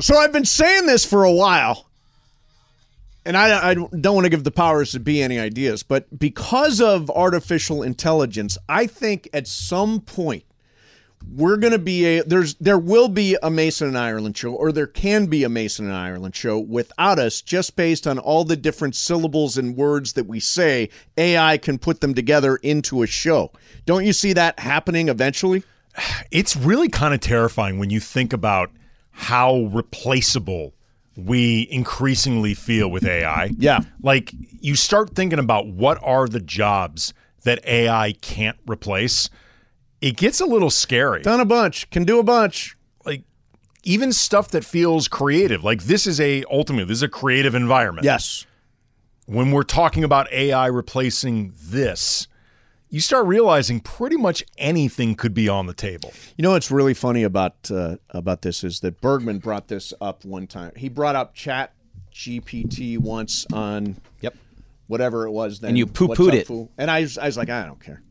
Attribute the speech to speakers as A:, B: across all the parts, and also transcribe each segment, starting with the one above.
A: So I've been saying this for a while, and I, I don't want to give the powers to be any ideas, but because of artificial intelligence, I think at some point we're going to be a there's there will be a Mason and Ireland show, or there can be a Mason and Ireland show without us, just based on all the different syllables and words that we say. AI can put them together into a show. Don't you see that happening eventually?
B: It's really kind of terrifying when you think about how replaceable we increasingly feel with AI.
A: Yeah.
B: Like you start thinking about what are the jobs that AI can't replace. It gets a little scary.
A: Done a bunch, can do a bunch.
B: Like even stuff that feels creative. Like this is a ultimately this is a creative environment.
A: Yes.
B: When we're talking about AI replacing this, you start realizing pretty much anything could be on the table.
A: You know what's really funny about uh, about this is that Bergman brought this up one time. He brought up Chat GPT once on
C: Yep.
A: whatever it was. Then
C: And you
A: What's
C: poo-pooed
A: Up,
C: it.
A: Fool? and I was, I was like, I don't care.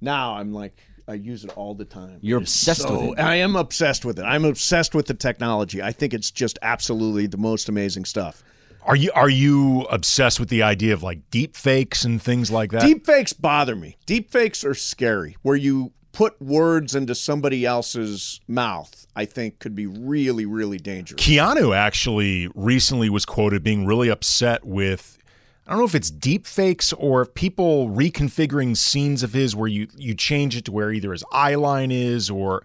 A: Now I'm like, I use it all the time.
C: You're
A: It's
C: obsessed
A: so-
C: with it.
A: I am obsessed with it. I'm obsessed with the technology. I think it's just absolutely the most amazing stuff.
B: Are you are you obsessed with the idea of like deep fakes and things like that?
A: Deep fakes bother me. Deep fakes are scary. Where you put words into somebody else's mouth, I think could be really, really dangerous.
B: Keanu actually recently was quoted being really upset with I don't know if it's deep fakes or if people reconfiguring scenes of his where you you change it to where either his eye line is or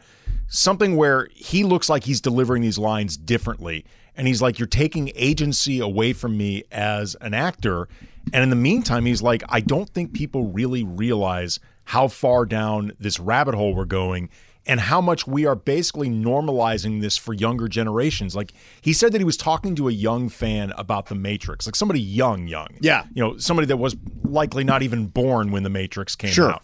B: something where he looks like he's delivering these lines differently and he's like you're taking agency away from me as an actor and in the meantime he's like I don't think people really realize how far down this rabbit hole we're going and how much we are basically normalizing this for younger generations. Like he said that he was talking to a young fan about The Matrix, like somebody young, young.
A: Yeah.
B: You know, somebody that was likely not even born when The Matrix came
A: Sure.
B: out.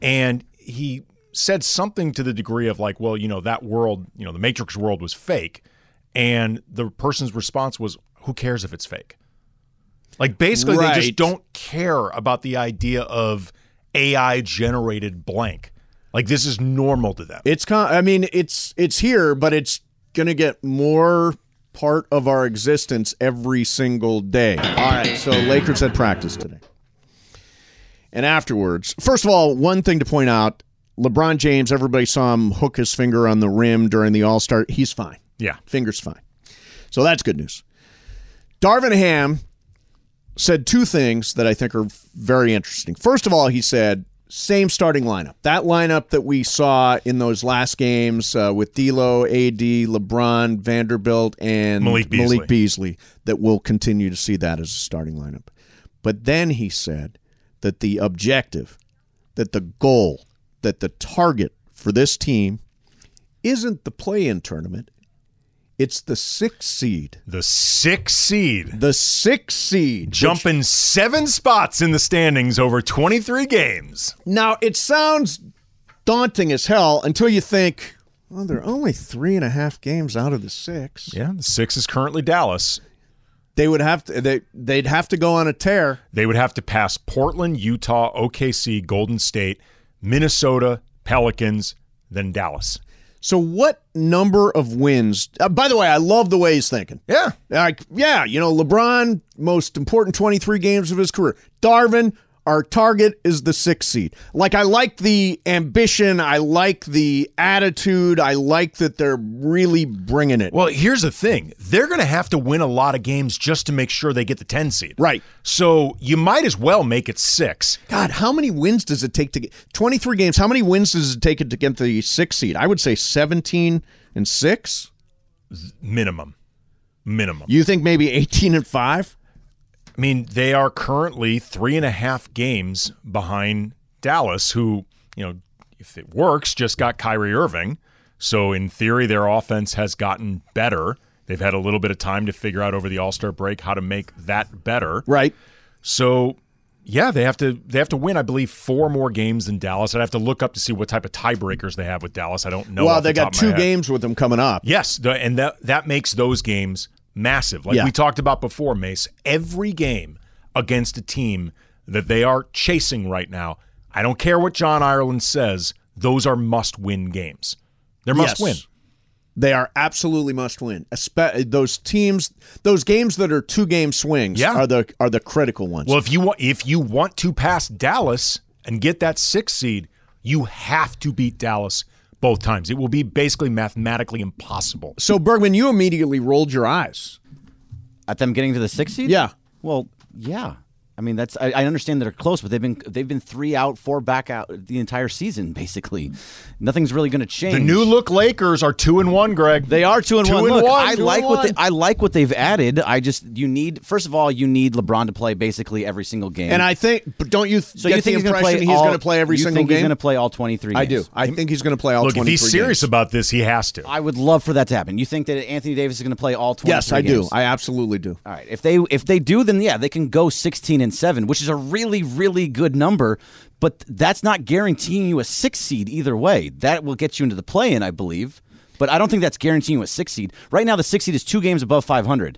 B: And he said something to the degree of like, well, you know, that world, you know, The Matrix world was fake. And the person's response was, who cares if it's fake? Like basically they
A: Right.
B: just don't care about the idea of AI generated blank. Like this is normal to them.
A: It's con- I mean, it's it's here, but it's gonna get more part of our existence every single day. All right, so Lakers had practice today. And afterwards, first of all, one thing to point out, LeBron James, everybody saw him hook his finger on the rim during the All-Star. He's fine.
B: Yeah.
A: Finger's fine. So that's good news. Darvin Ham said two things that I think are very interesting. First of all, he said same starting lineup. That lineup that we saw in those last games uh, with D'Lo, AD, LeBron, Vanderbilt, and
B: Malik Beasley.
A: Beasley, that we'll continue to see that as a starting lineup. But then he said that the objective, that the goal, that the target for this team isn't the play-in tournament. It's the sixth seed.
B: The sixth seed
A: The sixth seed.
B: jumping seven spots in the standings over 23 games.
A: Now it sounds daunting as hell until you think, well, they're only three and a half games out of the six.
B: Yeah, the six is currently Dallas.
A: They would have to. They they'd have to go on a tear.
B: They would have to pass Portland, Utah, OKC, Golden State, Minnesota, Pelicans, then Dallas.
A: So what number of wins? Uh, by the way, I love the way he's thinking.
B: Yeah.
A: Like, yeah, you know, LeBron, most important 23 games of his career. Darvin, our target is the sixth seed. Like, I like the ambition. I like the attitude. I like that they're really bringing it.
B: Well, here's the thing. They're going to have to win a lot of games just to make sure they get the 10 seed.
A: Right.
B: So you might as well make it six.
A: God, how many wins does it take to get 23 games? How many wins does it take to get the sixth seed? I would say 17 and six.
B: Minimum. Minimum.
A: You think maybe 18 and five?
B: I mean, they are currently three and a half games behind Dallas, who, you know, if it works, just got Kyrie Irving. So in theory, their offense has gotten better. They've had a little bit of time to figure out over the All Star break how to make that better.
A: Right.
B: So yeah, they have to they have to win, I believe, four more games than Dallas. I'd have to look up to see what type of tiebreakers they have with Dallas. I don't know.
A: well,
B: off the
A: they got
B: top of my
A: two
B: head.
A: games with them coming up.
B: Yes, the, and that that makes those games massive. Like
A: Yeah.
B: we talked about before, Mace. Every game against a team that they are chasing right now. I don't care what John Ireland says; those are must-win games. They're
A: Yes.
B: must-win.
A: They are absolutely must win. Espe- those teams, those games that are two game swings,
B: Yeah.
A: are the are the critical ones.
B: Well, if you want if you want to pass Dallas and get that sixth seed, you have to beat Dallas both times. It will be basically mathematically impossible.
A: so Bergman, you immediately rolled your eyes.
C: at them getting to the sixth seed?
A: Yeah.
C: Well, yeah. I mean, that's I, I understand they're close, but they've been they've been three out, four back out the entire season. Basically, nothing's really going to change.
B: The new look Lakers are two and one, Greg.
C: They are two and
B: Two
C: one.
B: and
C: Look,
B: one,
C: I
B: two
C: like
B: and
C: what they,
B: one.
C: I like what they've added. I just you need first of all you need LeBron to play basically every single game.
A: And I think, but don't you th-
C: so
A: get
C: you think
A: the
C: he's
A: impression
C: going to play?
A: he's
C: all-
A: going to play every
C: you
A: single
C: think
A: game?
C: He's going to play all twenty three.
A: I do. I think he's going to play all
B: Look, if
A: 23
B: he's serious
A: games.
B: about this, he has to.
C: I would love for that to happen. You think that Anthony Davis is going to play all twenty?
A: Yes, I do. I absolutely do.
C: All right. If they if they do, then yeah, they can go sixteen and seven, which is a really really good number. But that's not guaranteeing you a six seed either way. That will get you into the play in, I believe. But I don't think that's guaranteeing you a six seed. Right now, the six seed is two games above five hundred.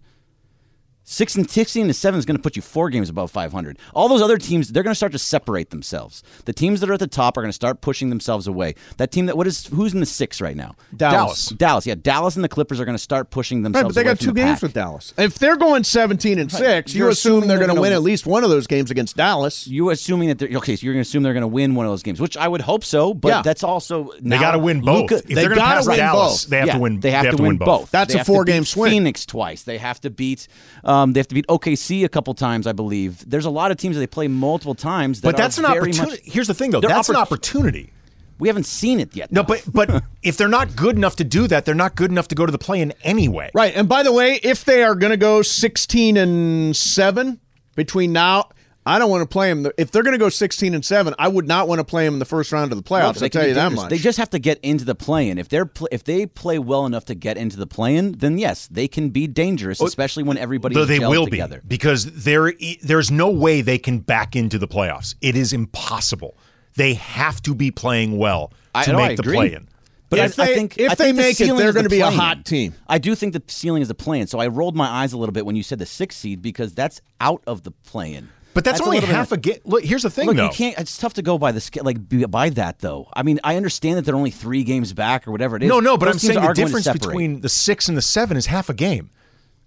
C: Six and sixteen and seven is going to put you four games above five hundred. All those other teams, they're going to start to separate themselves. The teams that are at the top are going to start pushing themselves away. That team that what is who's in the six right now?
A: Dallas.
C: Dallas. Yeah, Dallas and the Clippers are going to start pushing
A: Right,
C: themselves.
A: but they
C: away
A: got
C: from
A: two
C: the
A: games
C: pack.
A: with Dallas. If they're going 17 and 6, you
C: You're
A: assume they're
C: assuming they're
A: going to
C: gonna
A: win
C: win.
A: at least one of those games against Dallas.
C: you assuming that they're okay, so you're gonna assume they're gonna win one of those games, which I would hope so, but
A: Yeah.
C: that's also
B: They got to win both. if
A: they
B: they're going to
A: gotta
B: pass
A: win
B: Dallas,
A: both.
B: they have to win.
C: They have, to, win both.
A: That's
C: They
A: a
C: have to
A: four-game
C: beat
A: swing.
C: Phoenix twice. They have to beat. Um, they have to beat OKC a couple times, I believe. There's a lot of teams that they play multiple times. That
B: But that's
C: are
B: an
C: very
B: opportunity.
C: Much,
B: Here's the thing, though.
C: They're
B: That's an
C: oppor-
B: opportunity.
C: we haven't seen it yet.
B: No,
C: though.
B: but but if they're not good enough to do that, they're not good enough to go to the play in anyway.
A: Right. And by the way, if they are going to go 16 and 7 between now, I don't want to play them. If they're going to go 16 and 7, I would not want to play them in the first round of the playoffs.
C: They
A: I'll
C: can
A: tell
C: be
A: you that
C: dangerous.
A: much.
C: They just have to get into the play-in. If they're pl- if they play well enough to get into the play-in, then yes, they can be dangerous, especially when everybody
B: Oh, Though they will
C: together.
B: be because there i- there's no way they can back into the playoffs. It is impossible. They have to be playing well to
C: no,
B: make the
C: agree.
B: play in.
C: But
A: If
C: I,
A: they-
C: I think
A: if
C: I
A: they
C: think the
A: make it,
C: ceiling
A: they're
C: is the
A: gonna be a
C: play-in.
A: hot team.
C: I do think the ceiling is the plan. So I rolled my eyes a little bit when you said the sixth seed because that's out of the play-in.
B: But that's,
C: a
B: only
C: little bit-
B: half a game. Look, here's the thing,
C: Look,
B: though.
C: you can't. It's tough to go by the sca- like be- by that though. I mean, I understand that they're only three games back or whatever it is.
B: No, no, but
C: Those
B: I'm
C: teams
B: saying
C: are
B: the
C: going to
B: difference
C: separate.
B: between the six and the seven is half a game.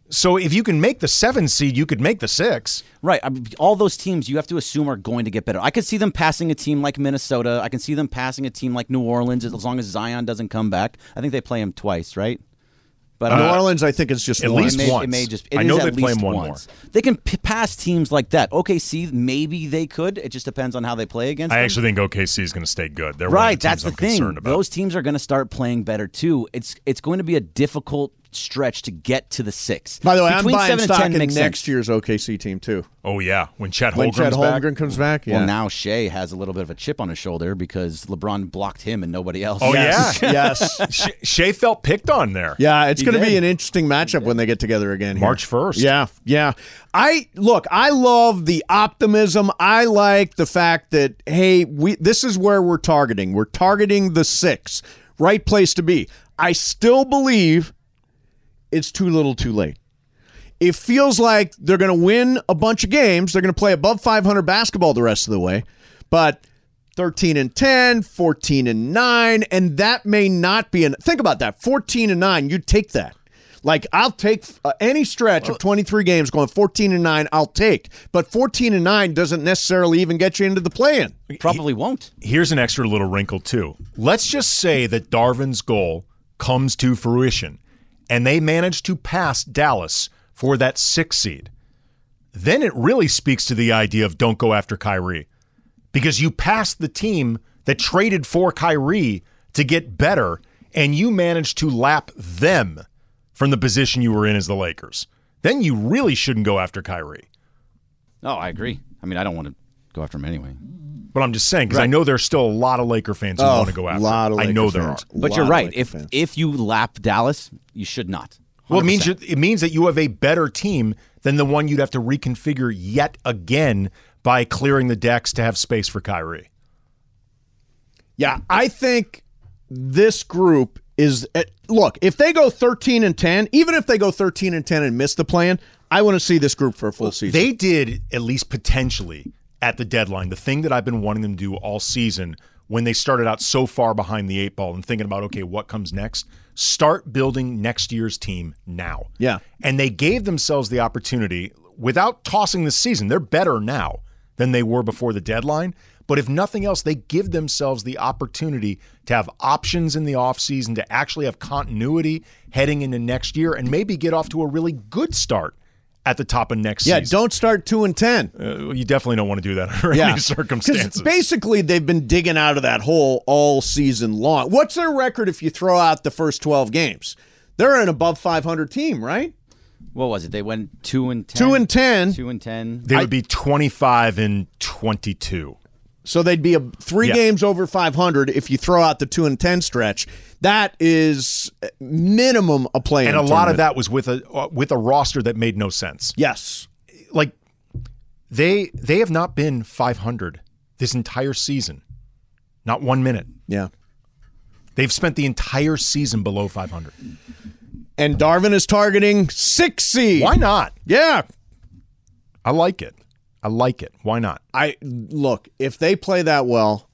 B: So if you can make the seven seed, you could make the six.
C: Right. I mean, all those teams you have to assume are going to get better. I could see them passing a team like Minnesota. I can see them passing a team like New Orleans as long as Zion doesn't come back. I think they play him twice, right? But
A: New
C: uh,
A: Orleans, I think, is just
B: at
A: one.
B: least
C: it may,
B: once.
C: It may just. it
B: I
C: is
B: know
C: at
B: they play
C: least
B: them one more.
C: once. They can p- pass teams like that. OKC, maybe they could. It just depends on how they play against.
B: I
C: them.
B: actually think OKC is going to stay good. They're one
C: Right,
B: of the teams
C: that's the
B: I'm
C: thing.
B: concerned about.
C: Those teams are going to start playing better too. It's it's going to be a difficult stretch to get to the six.
A: By the way,
C: Between
A: I'm buying
C: seven
A: stock
C: and ten
A: in
C: makes
A: next
C: sense.
A: year's OKC team, too.
B: oh yeah, when Chet
A: When
B: Holmgren's
A: Chad
B: back,
A: Holmgren comes back. Yeah.
C: Well, now Shea has a little bit of a chip on his shoulder because LeBron blocked him and nobody else.
B: Oh, yeah.
A: yes. yes.
B: Shea- Shea felt picked on there.
A: Yeah, it's
C: He
A: going to be
C: did.
A: an interesting matchup when they get together again. here.
B: March 1st.
A: Yeah, yeah. I look. I love the optimism. I like the fact that hey, we this is where we're targeting. We're targeting the six, right place to be. I still believe it's too little, too late. It feels like they're going to win a bunch of games. They're going to play above 500 basketball the rest of the way, but 13 and 10, 14 and 9, and that may not be an Think about that. 14 and 9, you'd take that. Like I'll take uh, any stretch of 23 games going 14 and 9, I'll take. But 14 and 9 doesn't necessarily even get you into the play-in.
C: Probably won't.
B: Here's an extra little wrinkle too. Let's just say that Darvin's goal comes to fruition, and they manage to pass Dallas for that six seed. Then it really speaks to the idea of don't go after Kyrie, because you passed the team that traded for Kyrie to get better, and you managed to lap them from the position you were in as the Lakers. Then you really shouldn't go after Kyrie.
C: Oh, I agree. I mean, I don't want to go after him anyway.
B: But I'm just saying because I know there's still a lot of Laker fans who
A: Oh,
B: want to go after.
A: lot of
B: him. I know
A: Laker
B: there
A: fans.
B: are.
C: But
A: Lot
C: you're
A: of
C: right.
A: Laker
C: If
A: fans.
C: if you lap Dallas, you should not.
B: Well, it means you, it means that you have a better team than the one you'd have to reconfigure yet again by clearing the decks to have space for Kyrie.
A: Yeah, I think this group is eh, look, if they go 13 and 10, even if they go 13 and 10 and miss the plan, I want to see this group for a full season.
B: They did at least potentially at the deadline the thing that I've been wanting them to do all season, when they started out so far behind the eight ball and thinking about, okay, what comes next? Start building next year's team now.
A: Yeah.
B: And they gave themselves the opportunity without tossing the season. They're better now than they were before the deadline. But if nothing else, they give themselves the opportunity to have options in the offseason, to actually have continuity heading into next year, and maybe get off to a really good start at the top of next
A: Yeah,
B: season.
A: don't start two and ten.
B: Uh, you definitely don't want to do that under
A: yeah.
B: any
A: 'Cause
B: circumstances.
A: Basically, they've been digging out of that hole all season long. What's their record if you throw out the first twelve games? They're an above five hundred team, right?
C: What was it? They went two and ten.
A: Two and ten.
C: Two and ten.
B: they would be 25 and 22.
A: So they'd be a, three
B: Yeah.
A: games over 500 if you throw out the two and ten stretch. That is minimum a play,
B: And a lot of that was with a uh, with a roster that made no sense.
A: Yes,
B: Like they they have not been 500 this entire season. Not 1 minute.
A: yeah.
B: They've spent the entire season below 500.
A: And Darvin is targeting six seed.
B: Why not?
A: Yeah.
B: I like it. I like it. Why not?
A: I look if they play that well,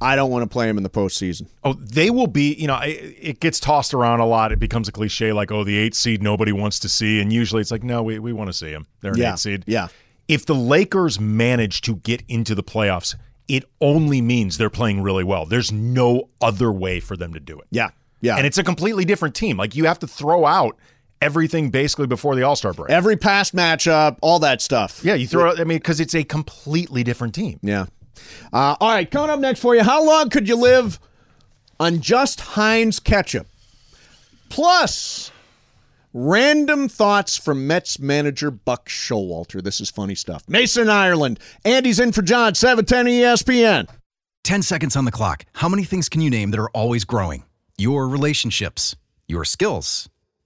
A: I don't want to play him in the postseason.
B: Oh, they will be, you know, it, it gets tossed around a lot. It becomes a cliche like, oh, the eight seed nobody wants to see. And usually it's like, no, we, we want to see them. They're an
A: yeah.
B: eight seed.
A: Yeah.
B: If the Lakers manage to get into the playoffs, it only means they're playing really well. There's no other way for them to do it.
A: Yeah. Yeah.
B: And it's a completely different team. Like, you have to throw out everything basically before the All Star break.
A: every past matchup, all that stuff.
B: yeah, you throw out, I mean, because it's a completely different team.
A: Yeah. Uh, all right, coming up next for you, how long could you live on just Heinz ketchup? Plus, random thoughts from Mets manager Buck Showalter. This is funny stuff. Mason, Ireland. Andy's in for John, E 710 ESPN.
D: 10 seconds on the clock. How many things can you name that are always growing? Your relationships, your skills,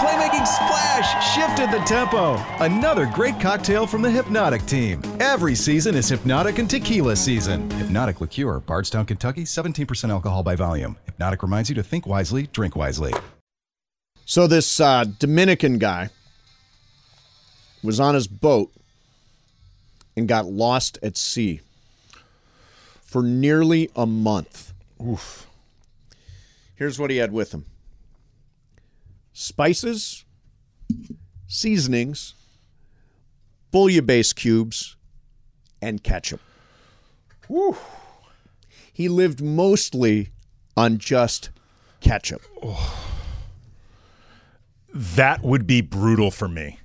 D: playmaking splash shifted the tempo. Another great cocktail from the Hypnotic team. Every season is Hypnotic and Tequila season. Hypnotic Liqueur, Bardstown, Kentucky, 17% alcohol by volume. Hypnotic reminds you to think wisely, drink wisely.
A: So this uh, Dominican guy was on his boat and got lost at sea for nearly a month. Oof. Here's what he had with him: spices, seasonings, bouillabaisse cubes, and ketchup. He lived mostly on just ketchup.
B: That would be brutal for me.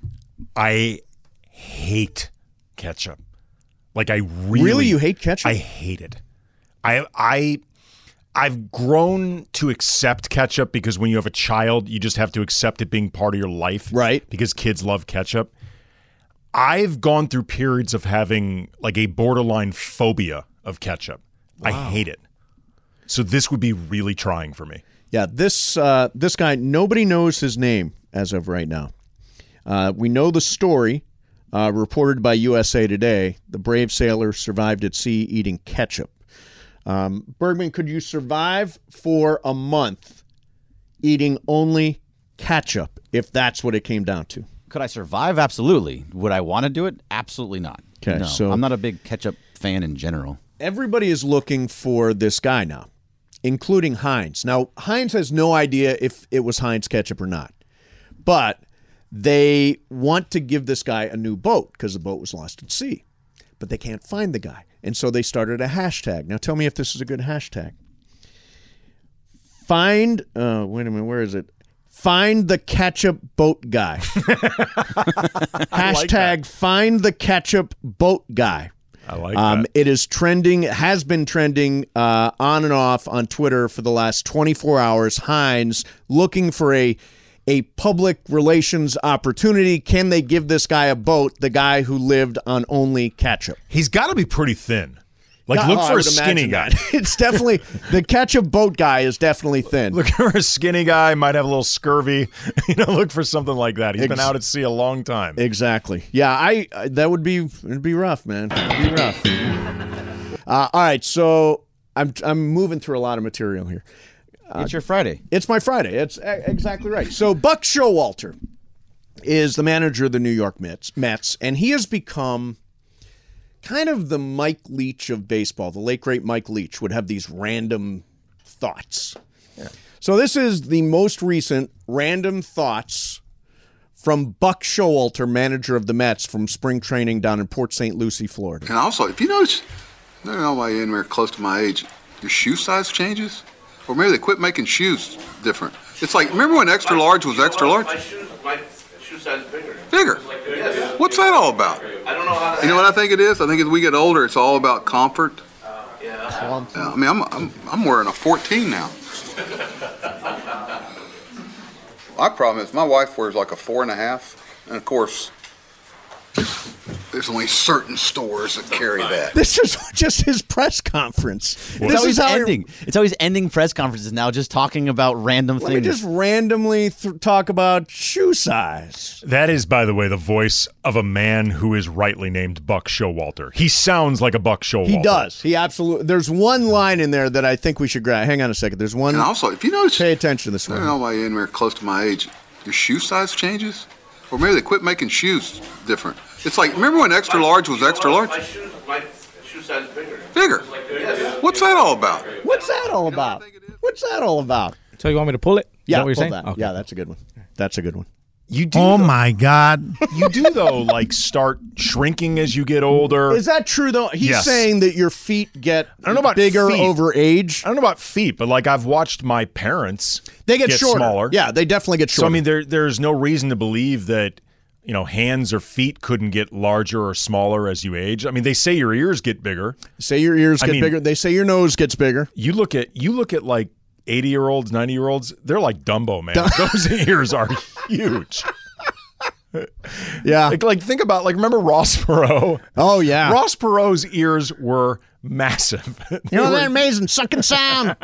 B: I hate ketchup. Like I really,
A: Really? You hate ketchup?
B: I hate it. I I I've grown to accept ketchup because when you have a child, you just have to accept it being part of your life.
A: Right.
B: Because kids love ketchup. I've gone through periods of having like a borderline phobia of ketchup. I hate it. So this would be really trying for me.
A: Yeah, this uh, this guy. Nobody knows his name as of right now. Uh, we know the story uh, reported by USA Today. The brave sailor survived at sea eating ketchup. Um, Bergman, could you survive for a month eating only ketchup if that's what it came down to?
C: Could I survive? Absolutely. Would I want to do it? Absolutely not.
A: 'Kay,
C: No.
A: so-
C: I'm not a big ketchup fan in general.
A: everybody is looking for this guy now, including Heinz. Now, Heinz has no idea if it was Heinz ketchup or not, but they want to give this guy a new boat because the boat was lost at sea, but they can't find the guy. And so they started a hashtag. Now, tell me if this is a good hashtag. Find, uh, wait a minute, where is it? Find the ketchup boat guy. Hashtag find the ketchup boat guy.
B: I like
A: Um,
B: that.
A: it is trending, has been trending uh, on and off on Twitter for the last 24 hours. Hines looking for a a public relations opportunity. Can they give this guy a boat? The guy who lived on only ketchup.
B: He's got to be pretty thin. Like,
A: Yeah,
B: look
A: oh, I
B: for a
A: would
B: skinny
A: imagine
B: guy.
A: that. it's definitely the ketchup boat guy is definitely thin.
B: Look for a skinny guy. Might have a little scurvy. You know, look for something like that. He's been
A: Ex-
B: out at sea a long time.
A: Exactly. Yeah, I I- that would be it'd be rough, man. It'd be rough. Uh, all right, so I'm I'm moving through a lot of material here. Uh,
C: it's your Friday.
A: It's my Friday. It's e- exactly right. So Buck Showalter is the manager of the New York Mets, Mets, and he has become kind of the Mike Leach of baseball. The late great Mike Leach would have these random thoughts. So this is the most recent random thoughts from Buck Showalter, manager of the Mets, from spring training down in Port St. Lucie, Florida.
E: And also, if you notice, I don't know why you're anywhere close to my age. Your shoe size changes, or maybe they quit making shoes different. It's like remember when extra large was extra large?
F: My shoes, my shoe size is bigger.
E: Bigger.
F: Yes.
E: What's that all about?
F: I don't know how.
E: You know what I think it is? I think as we get older, it's all about comfort.
F: Yeah.
E: Yeah, I mean, I'm, I'm, I'm wearing a 14 now. My problem is my wife wears like a four and a half, and of course, there's only certain stores that carry that.
A: This is just his press conference.
C: It's
A: This is
C: always
A: how he-
C: ending. It's always ending press conferences now, just talking about random
A: Let me
C: things.
A: just randomly th- talk about shoe size.
B: That is, by the way, the voice of a man who is rightly named Buck Showalter. He sounds like a Buck Showalter.
A: He does. He absolutely. There's one line in there that I think we should grab. Hang on a second. There's one.
E: And also, if you notice,
A: Pay attention to this
E: I don't know
A: one.
E: why you're anywhere close to my age. Your shoe size changes? Or maybe they quit making shoes different. It's like, remember when extra large was extra large?
F: My shoes, my shoe size is bigger.
E: Bigger.
F: Yes.
E: What's that all about?
A: What's that all about? What's that all about?
G: So you want me to pull it? Is
A: Yeah,
G: that what you're
A: pull
G: saying?
A: that.
G: Okay.
A: Yeah, that's a good one. That's a good one.
B: You do.
H: Oh
B: though-
H: my God.
B: You do though, like start shrinking as you get older.
A: Is that true though? He's
B: Yes.
A: saying that your feet get I
B: don't know about
A: bigger
B: feet.
A: over age.
B: I don't know about feet, but like I've watched my parents,
A: They get, shorter.
B: smaller.
A: Yeah, they definitely get
B: So
A: shorter.
B: I mean, there there's no reason to believe that you know hands or feet couldn't get larger or smaller as you age. I mean, they say your ears get bigger.
A: say your ears
B: I
A: get
B: mean-
A: bigger. They say your nose gets bigger.
B: You look at you look at like. 80 year olds, 90 year olds, they're like Dumbo, man. Those ears are huge.
A: Yeah.
B: Like, like, think about, like, remember Ross Perot?
A: Oh yeah.
B: Ross Perot's ears were massive.
A: You know that amazing sucking sound.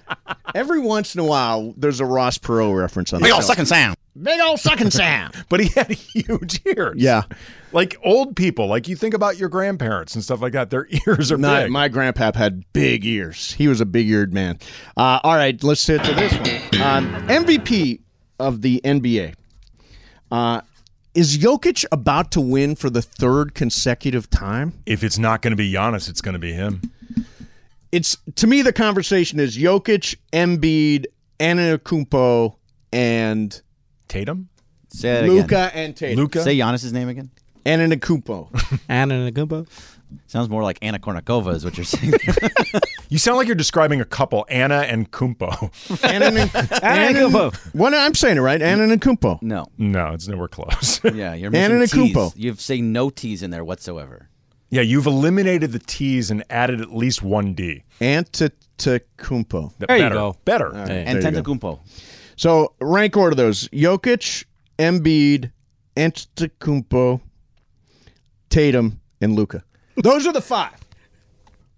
A: Every once in a while, there's a Ross Perot reference on the
C: Big
A: show.
C: old sucking sound.
A: Big old sucking sound.
B: but he had huge ears.
A: Yeah.
B: Like old people, like you think about your grandparents and stuff like that, their ears are
A: My,
B: big.
A: my grandpap had big ears. He was a big eared man. Uh, all right, let's hit to this one. Um, MVP of the NBA. Uh, is Jokic about to win for the third consecutive time?
B: if it's not going to be Giannis, it's going to be him.
A: It's to me the conversation is Jokic, Embiid, Antetokounmpo, and
B: Tatum?
C: Say that again.
A: Luca and Tatum.
B: Luca?
C: Say Giannis's name again.
A: Antetokounmpo.
G: Anna and a Goomba.
C: Sounds more like Anna Kournikova is what you're saying.
B: you sound like you're describing a couple, Anna and Kumpo.
A: Anteto-
G: Antetokounmpo.
A: What I'm saying it right? Antetokounmpo.
C: no.
B: no, it's nowhere close.
C: Yeah, you're
A: Anna
C: missing
A: Nakumpo.
C: T's. You've say no T's in there whatsoever.
B: yeah, you've eliminated the T's and added at least one D.
A: Antetokounmpo.
B: That-
G: There you
B: better,
G: go.
B: Better.
C: And
A: There you
C: Tentacumpo.
A: So rank order those: Jokic, Embiid, Antetokounmpo, Tatum, and Luca. Those are the five.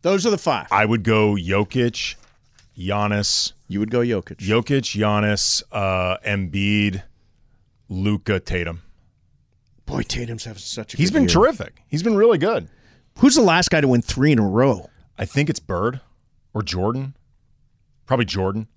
A: Those are the five.
B: I would go Jokic, Giannis,
A: You would go Jokic.
B: Jokic, Giannis, uh, Embiid, Luca, Tatum.
A: Boy, Tatum's having such a.
B: He's
A: good
B: been
A: year.
B: terrific. He's been really good.
A: Who's the last guy to win three in a row?
B: I think it's Bird or Jordan. Probably Jordan.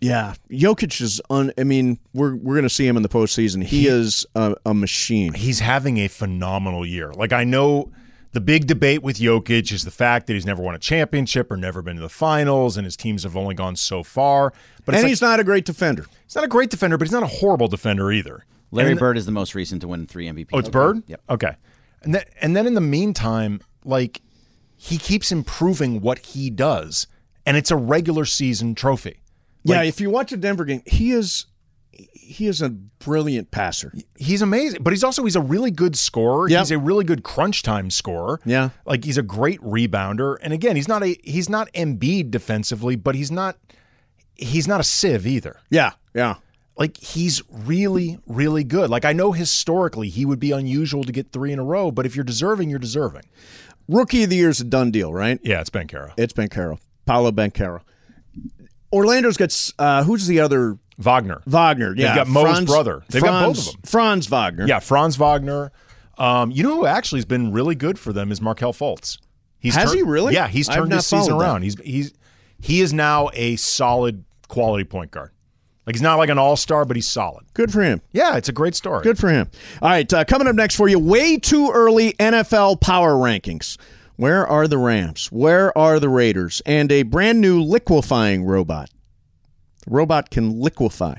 A: Yeah, Jokic is un. I mean, we're we're gonna see him in the postseason. He, is a, a machine.
B: He's having a phenomenal year. Like I know the big debate with Jokic is the fact that he's never won a championship or never been to the finals and his teams have only gone so far. But
A: and
B: it's like,
A: he's not a great defender.
B: he's not a great defender, but he's not a horrible defender either.
C: Larry
B: And-
C: Bird is the most recent to win three MVPs.
B: Oh, it's Bird?
C: Yep.
B: Okay. And then and then in the meantime, like he keeps improving what he does, and it's a regular season trophy.
A: Yeah, if you watch a Denver game, he is he is a brilliant passer.
B: he's amazing, but he's also he's a really good scorer.
A: Yep.
B: He's a really good crunch time scorer.
A: Yeah.
B: like he's a great rebounder. And again, he's not a he's not Embiid defensively, but he's not he's not a sieve either.
A: Yeah, yeah.
B: Like he's really really good. Like I know historically he would be unusual to get three in a row, but if you're deserving, you're deserving.
A: Rookie of the year is a done deal, right?
B: Yeah, it's Ben Caro.
A: It's Bancaro, Paolo Bancaro. Orlando's got s- uh, who's the other
B: Wagner.
A: Wagner? Yeah,
B: got Moe's brother. They've got both of
A: Franz-
B: them.
A: Franz Wagner.
B: Yeah, Franz Wagner. Um, you know who actually has been really good for them is Markel Fultz. He's
A: Has he really?
B: Yeah, he's
A: I've
B: turned
A: not
B: his season
A: followed that.
B: around. He's he's he is now a solid quality point guard. Like he's not like an all star, but he's solid.
A: good for him.
B: Yeah, it's a great story.
A: Good for him. All right, uh, coming up next for you, way too early NFL power rankings. Where are the Rams? Where are the Raiders? And a brand new liquefying robot. The robot can liquefy.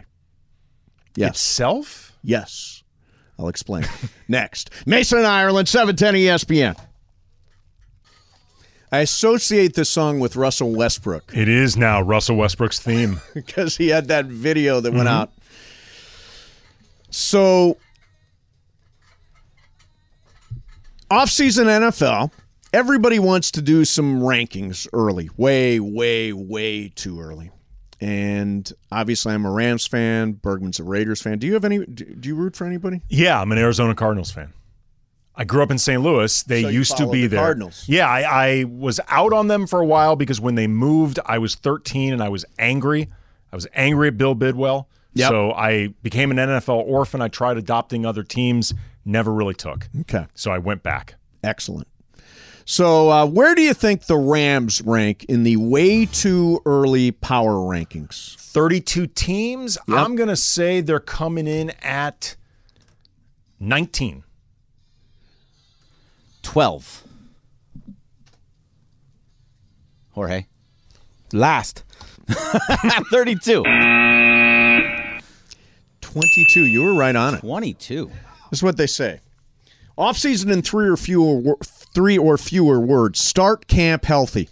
A: Yes.
B: Itself?
A: Yes. I'll explain. Next. Mason in Ireland, E 710 ESPN. I associate this song with Russell Westbrook
B: It is now Russell Westbrook's theme.
A: because he had that video that went out. So, offseason NFL, everybody wants to do some rankings early, way, way, way too early. And obviously, I'm a Rams fan. Bergman's a Raiders fan. Do you have any? Do, do you root for anybody?
B: yeah, I'm an Arizona Cardinals fan. I grew up in St. Louis. They
A: So you
B: used to
A: follow
B: be
A: the
B: there.
A: Cardinals.
B: Yeah, I, I was out on them for a while because when they moved, I was 13 and I was angry. I was angry at Bill Bidwell.
A: Yep.
B: So I became an NFL orphan. I tried adopting other teams, never really took.
A: Okay.
B: So I went back.
A: Excellent. So, uh, where do you think the Rams rank in the way too early power rankings?
B: 32 teams. I'm going to say they're coming in at 19.
C: 12. Jorge.
G: Last.
C: 32.
A: 22. You were right on it.
C: 22.
A: That's what they say. Offseason in three or fewer wo- three or fewer words. Start camp healthy.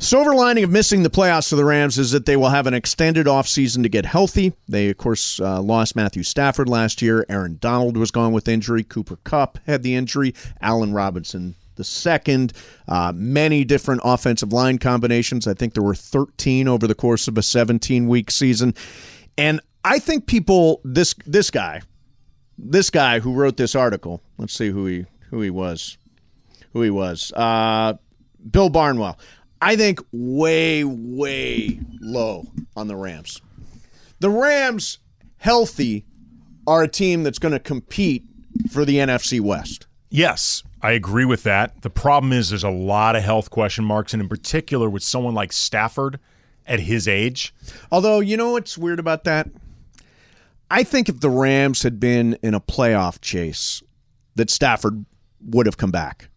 A: Silver lining of missing the playoffs for the Rams is that they will have an extended offseason to get healthy. They, of course, uh, lost Matthew Stafford last year. Aaron Donald was gone with injury. Cooper Cup had the injury. Allen Robinson the second. Uh, many different offensive line combinations. I think there were 13 over the course of a 17 week season. And I think people, this this guy, this guy who wrote this article. Let's see who he who he was, who he was. Uh, Bill Barnwell. I think way way low on the Rams. The Rams healthy are a team that's going to compete for the NFC West.
B: Yes, I agree with that. The problem is there's a lot of health question marks, and in particular with someone like Stafford at his age.
A: Although you know what's weird about that? I think if the Rams had been in a playoff chase, that Stafford would have come back.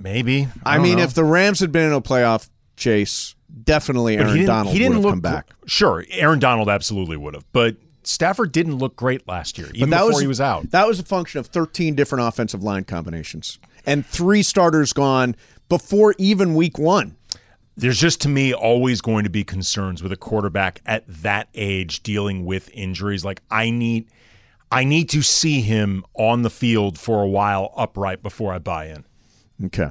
B: Maybe.
A: I,
B: don't
A: mean,
B: know.
A: if the Rams had been in a playoff chase, definitely
B: But
A: Aaron Donald would have
B: look
A: come back.
B: Sure, Aaron Donald absolutely would have, but Stafford didn't look great last year,
A: But
B: even
A: that
B: before
A: was
B: he was out.
A: That was a function of 13 different offensive line combinations and three starters gone before even week one.
B: There's just to me always going to be concerns with a quarterback at that age dealing with injuries. Like I need, I need to see him on the field for a while upright before I buy in.
A: Okay.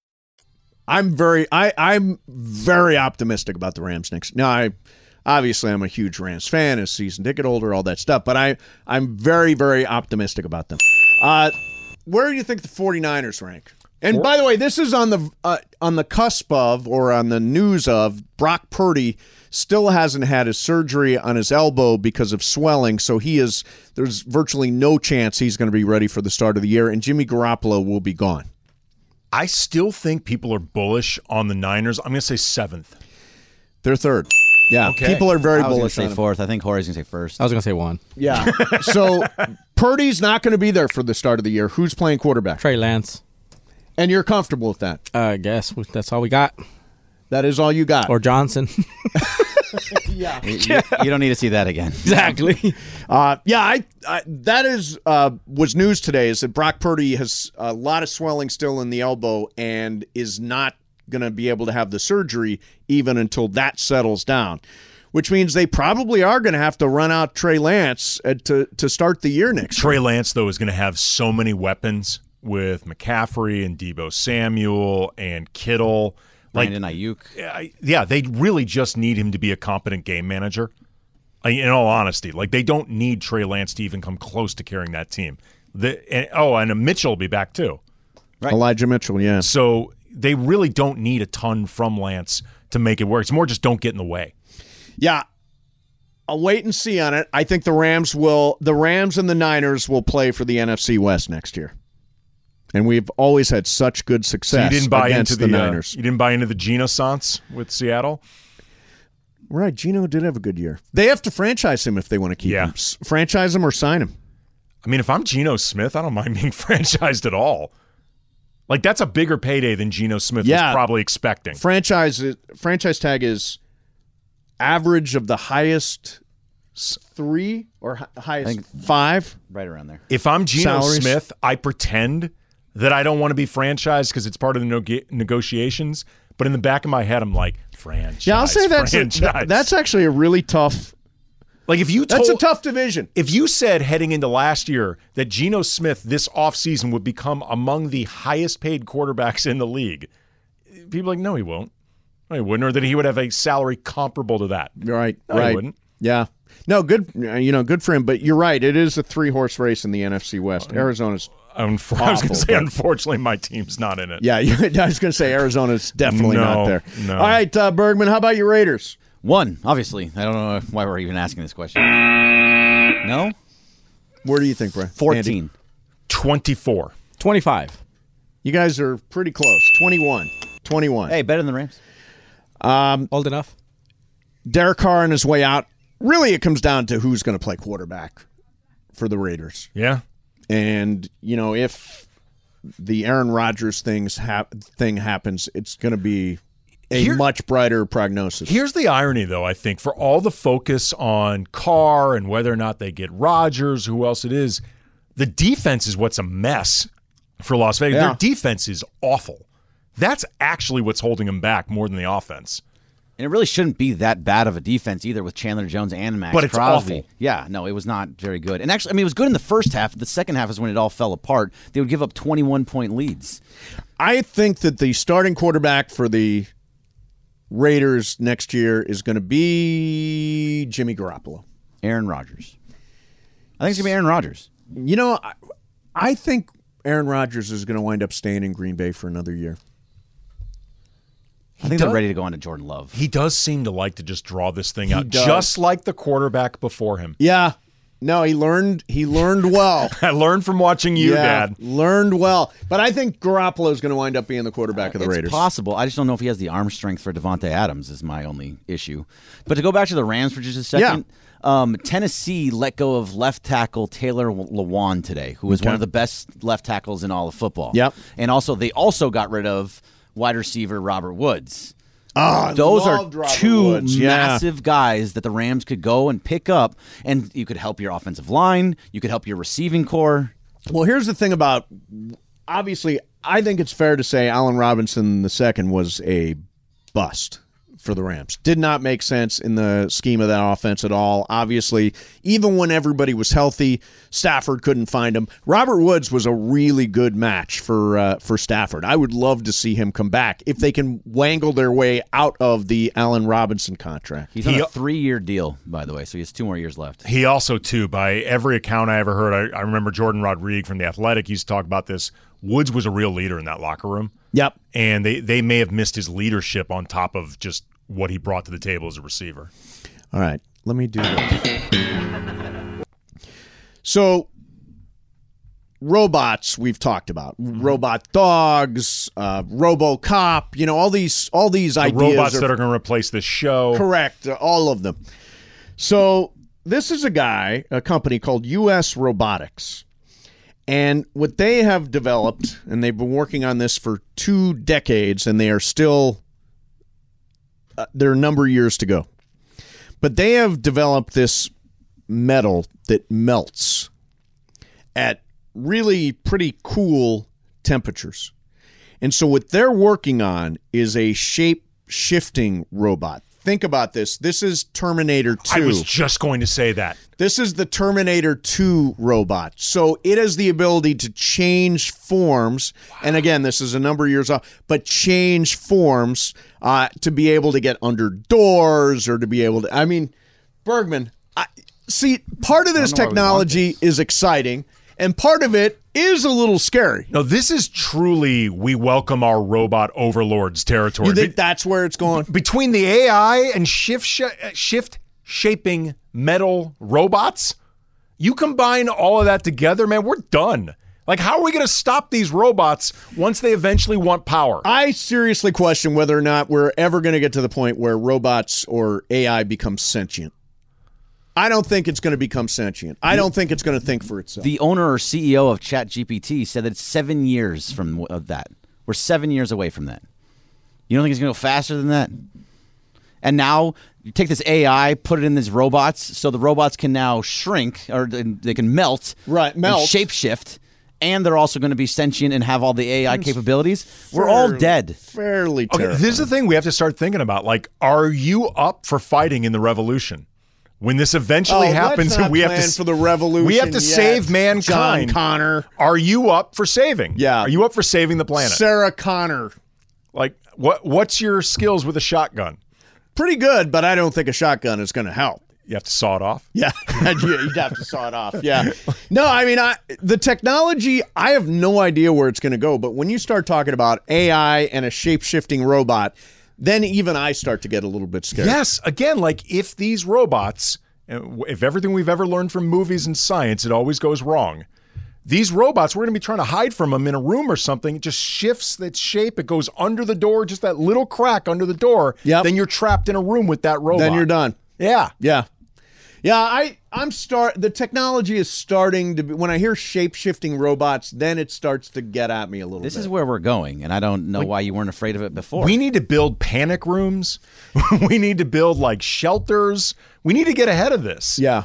A: I'm very I I'm very optimistic about the Rams next. No, I Obviously, I'm a huge Rams fan, a season ticket holder, all that stuff. But I, I'm very, very optimistic about them. Uh, where do you think the 49ers rank? And by the way, this is on the uh, on the cusp of or on the news of Brock Purdy still hasn't had his surgery on his elbow because of swelling, so he is there's virtually no chance he's going to be ready for the start of the year, and Jimmy Garoppolo will be gone.
B: I still think people are bullish on the Niners. I'm going to say seventh.
A: They're third. Yeah,
B: Okay.
A: people are very
C: I was going
A: bullish
C: to say
A: on him.
C: fourth. I think Jorge's going to say first.
G: I was gonna say one.
A: Yeah, so Purdy's not going to be there for the start of the year. Who's playing quarterback?
G: Trey Lance.
A: And you're comfortable with that?
G: I guess we- that's all we got.
A: That is all you got.
G: Or Johnson.
C: You- you, you don't need to see that again.
G: exactly.
A: Uh, yeah, I, I that is uh, was news today is that Brock Purdy has a lot of swelling still in the elbow and is not going to be able to have the surgery even until that settles down, which means they probably are going to have to run out Trey Lance uh, to to start the year next. year.
B: Trey Lance, though, is going to have so many weapons with McCaffrey and Debo Samuel and Kittle. Like,
C: Brandon Ayuk.
B: I- yeah, they really just need him to be a competent game manager. I- In all honesty, like they don't need Trey Lance to even come close to carrying that team. The, and, oh, and a Mitchell will be back too.
A: Elijah Mitchell, yeah.
B: So they really don't need a ton from Lance to make it work. It's more just don't get in the way.
A: Yeah. I'll wait and see on it. I think the Rams will the Rams and the Niners will play for the NFC West next year. And we've always had such good
B: So you
A: success
B: didn't buy
A: against
B: into the,
A: the
B: uh,
A: Niners.
B: you didn't buy into the Genosance with Seattle.
A: Right, Gino did have a good year. They have to franchise him if they want to keep
B: Yeah.
A: him. S- franchise him or sign him.
B: I mean, if I'm Geno Smith, I don't mind being franchised at all. Like that's a bigger payday than Geno Smith
A: Yeah.
B: was probably expecting.
A: Franchise franchise tag is average of the highest s- three or hi- highest five.
C: Right around there.
B: If I'm Geno
A: Salaries.
B: Smith, I pretend that I don't want to be franchised because it's part of the neg- negotiations. But in the back of my head, I'm like, franchise.
A: Yeah, I'll say that's a,
B: franchise.
A: that- that's actually a really tough.
B: like if you told,
A: That's a tough division.
B: if you said heading into last year that Geno Smith this offseason would become among the highest paid quarterbacks in the league, people are like, no, he won't. No, he wouldn't, or that he would have a salary comparable to that.
A: Right,
B: No, he
A: right.
B: wouldn't.
A: Yeah. No, good. You know, good for him. But you're right. It is a three horse race in the NFC
B: Oh,
A: West. Arizona's.
B: Unf- I was
A: Awful,
B: going to say,
A: but-
B: unfortunately, my team's not in it.
A: Yeah, I was going to say Arizona's definitely not
B: No,
A: there.
B: no.
A: All right, uh, Bergman. How about your Raiders?
C: One, obviously. I don't know why we're even asking this question. No?
A: Where do you think, Brian?
C: 14.
A: Andy?
B: 24.
G: Twenty-five.
A: You guys are pretty close. 21. 21.
C: Hey, better than the Rams.
G: Old enough.
A: Derek Carr on his way out. Really, it comes down to who's going to play quarterback for the Raiders.
B: Yeah.
A: And, you know, if the Aaron Rodgers things hap- thing happens, it's going to be a
B: Here-
A: much brighter prognosis.
B: Here's the irony, though, I think, for all the focus on Carr and whether or not they get Rodgers, who else it is, the defense is what's a mess for Las Vegas.
A: Yeah.
B: Their defense is awful. That's actually what's holding them back more than the offense.
C: And it really shouldn't be that bad of a defense either with Chandler Jones and Max
B: But it's
C: Crosby.
B: awful.
C: Yeah, no, it was not very good. And actually, I mean, it was good in the first half. The second half is when it all fell apart. They would give up 21 point leads.
A: I think that the starting quarterback for the Raiders next year is going to be Jimmy Garoppolo.
C: Aaron Rodgers. I think it's going to be Aaron Rodgers.
A: You know, I, I think Aaron Rodgers is going to wind up staying in Green Bay for another year.
C: I think
B: does-
C: they're ready to go on to Jordan Love.
B: He does seem to like to just draw this thing out,
A: does.
B: just like the quarterback before him.
A: Yeah. No, he learned he learned well.
B: I learned from watching you,
A: yeah,
B: Dad.
A: learned well. But I think Garoppolo is going to wind up being the quarterback of the
C: it's
A: Raiders.
C: possible. I just don't know if he has the arm strength for Devonte Adams. Is my only issue. But to go back to the Rams for just a second, um, Tennessee let go of left tackle Taylor Lewan today, who was one of the best left tackles in all of football.
A: Yep.
C: And also, they also got rid of wide receiver Robert Woods.
A: Ah,
C: Those are
A: loved Robert
C: two
A: Woods. Yeah.
C: massive guys that the Rams could go and pick up, and you could help your offensive line. You could help your receiving core.
A: Well, here's the thing about obviously, I think it's fair to say Allen Robinson II was a bust for the Rams. Did not make sense in the scheme of that offense at all. Obviously, even when everybody was healthy, Stafford couldn't find him. Robert Woods was a really good match for uh, for Stafford. I would love to see him come back if they can wangle their way out of the Allen Robinson contract.
C: He's on
B: He-
C: a three-year deal, by the way, so he has two more years left.
B: He also, too, by every account I ever heard, I, I remember Jordan Rodrigue from The Athletic used to talk about this. Woods was a real leader in that locker room.
A: Yep.
B: And they, they may have missed his leadership on top of just what he brought to the table as a receiver.
A: All right, let me do this. So, robots we've talked about
B: Mm-hmm.
A: robot dogs, uh, RoboCop. You know all these all these
B: The
A: ideas.
B: robots that are going to replace this show.
A: correct, uh, all of them. So this is a guy, a company called U.S. Robotics, and what they have developed, and they've been working on this for two decades, and they are still uh, there are a number of years to go but they have developed this metal that melts at really pretty cool temperatures. And so what they're working on is a shape shifting robot. Think about this. This is Terminator 2.
B: I was just going to say that.
A: This is the Terminator 2 robot. So it has the ability to change forms. And again, this is a number of years off, but change forms uh, to be able to get under doors or to be able to. I mean, Bergman, I, see, part of this technology is exciting, and part of it is a little scary.
B: No, this is truly we welcome our robot overlords territory.
A: You think
B: Be-
A: that's where it's going?
B: between the AI and shift sh- shift shaping metal robots, you combine all of that together, man, we're done. Like, how are we going to stop these robots once they eventually want power?
A: I seriously question whether or not we're ever going to get to the point where robots or AI become sentient. I don't think it's going to become sentient. I don't think it's going to think for itself.
C: The owner or CEO of ChatGPT said that it's seven years from w- of that. We're seven years away from that. You don't think it's going to go faster than that? And now you take this AI, put it in these robots, so the robots can now shrink or they they can melt,
A: Right,
C: and
A: melt.
C: shapeshift, and they're also going to be sentient and have all the AI capabilities. We're all
A: Fairly-
C: dead.
A: Fairly
B: Okay,
A: terrible.
B: this is the thing we have to start thinking about. Like, are you up for fighting in the revolution? When this eventually
A: Oh, let's
B: happens, and
A: not
B: we have to
A: plan
B: s-
A: for the revolution
B: We have to
A: yet,
B: save mankind.
A: John Connor.
B: are you up for saving?
A: Yeah.
B: Are you up for saving the planet?
A: Sarah Connor.
B: like, what? What's your skills with a shotgun?
A: Pretty good, but I don't think a shotgun is going to help.
B: You have to saw it off.
A: Yeah, You- you'd have to saw it off. Yeah, no, I mean, I, the technology. I have no idea where it's going to go. But when you start talking about AI and a shape shifting robot, then even I start to get a little bit scared.
B: Yes. Again, like if these robots, uh, w- if everything we've ever learned from movies and science, it always goes wrong. These robots, we're going to be trying to hide from them in a room or something. It just shifts its shape. It goes under the door, just that little crack under the door.
A: Yep.
B: Then you're trapped in a room with that robot.
A: then you're done.
B: Yeah.
A: Yeah. Yeah, I I'm start the technology is starting to be, when I hear shape-shifting robots, then it starts to get at me a little
C: This
A: bit.
C: is where we're going, and I don't know why you weren't afraid of it before.
B: We need to build panic rooms. we need to build like shelters. We need to get ahead of this.
A: yeah.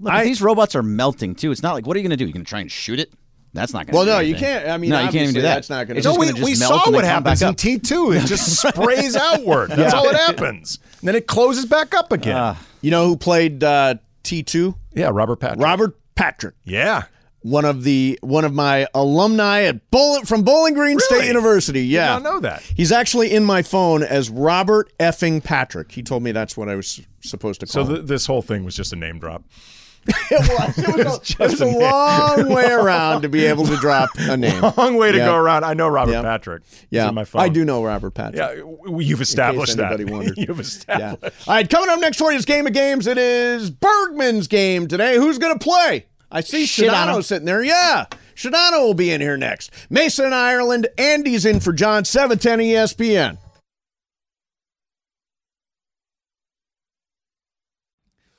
C: Look, if these robots are melting too. It's not like what are you going to do? You're going to try and shoot it? That's not going.
A: Well,
C: do
A: no, you
C: anything.
A: can't- I mean,
C: no, you can't even
A: obviously
C: do that.
A: that's not gonna
C: It's
A: do
B: No,
C: just
B: we,
C: gonna
B: we
C: just melt
B: saw
C: and
B: what
C: then come
B: happens
C: back
B: in
C: up.
B: T2. It just sprays outward. That's all that happens. And then it closes back up again.
C: Uh,
A: You know who played uh, T2?
B: yeah, Robert Patrick.
A: Robert Patrick,
B: yeah.
A: one of the one of my alumni at Bowling from Bowling Green State
B: Really?
A: University. Yeah.
B: not know that.
A: He's actually in my phone as Robert effing Patrick. He told me that's what I was supposed to
B: So
A: call him.
B: th- this whole thing was just a name drop.
A: it was, it was, a, it was
B: just
A: a
B: a name.
A: long way around to be able to drop a name.
B: Long way to
A: Yeah.
B: go around. I know Robert
A: Yeah.
B: Patrick. He's
A: Yeah,
B: in my phone.
A: I do know Robert Patrick.
B: Yeah, w- you've established that.
A: anybody wondered.
B: you've
A: Yeah.
B: established.
A: All right, coming up next for you is Game of Games. It is Bergman's game today. Who's going to play? I see Shadano sitting there. Yeah, Shadano will be in here next. Mason in Ireland. Andy's in for John E 710 ESPN.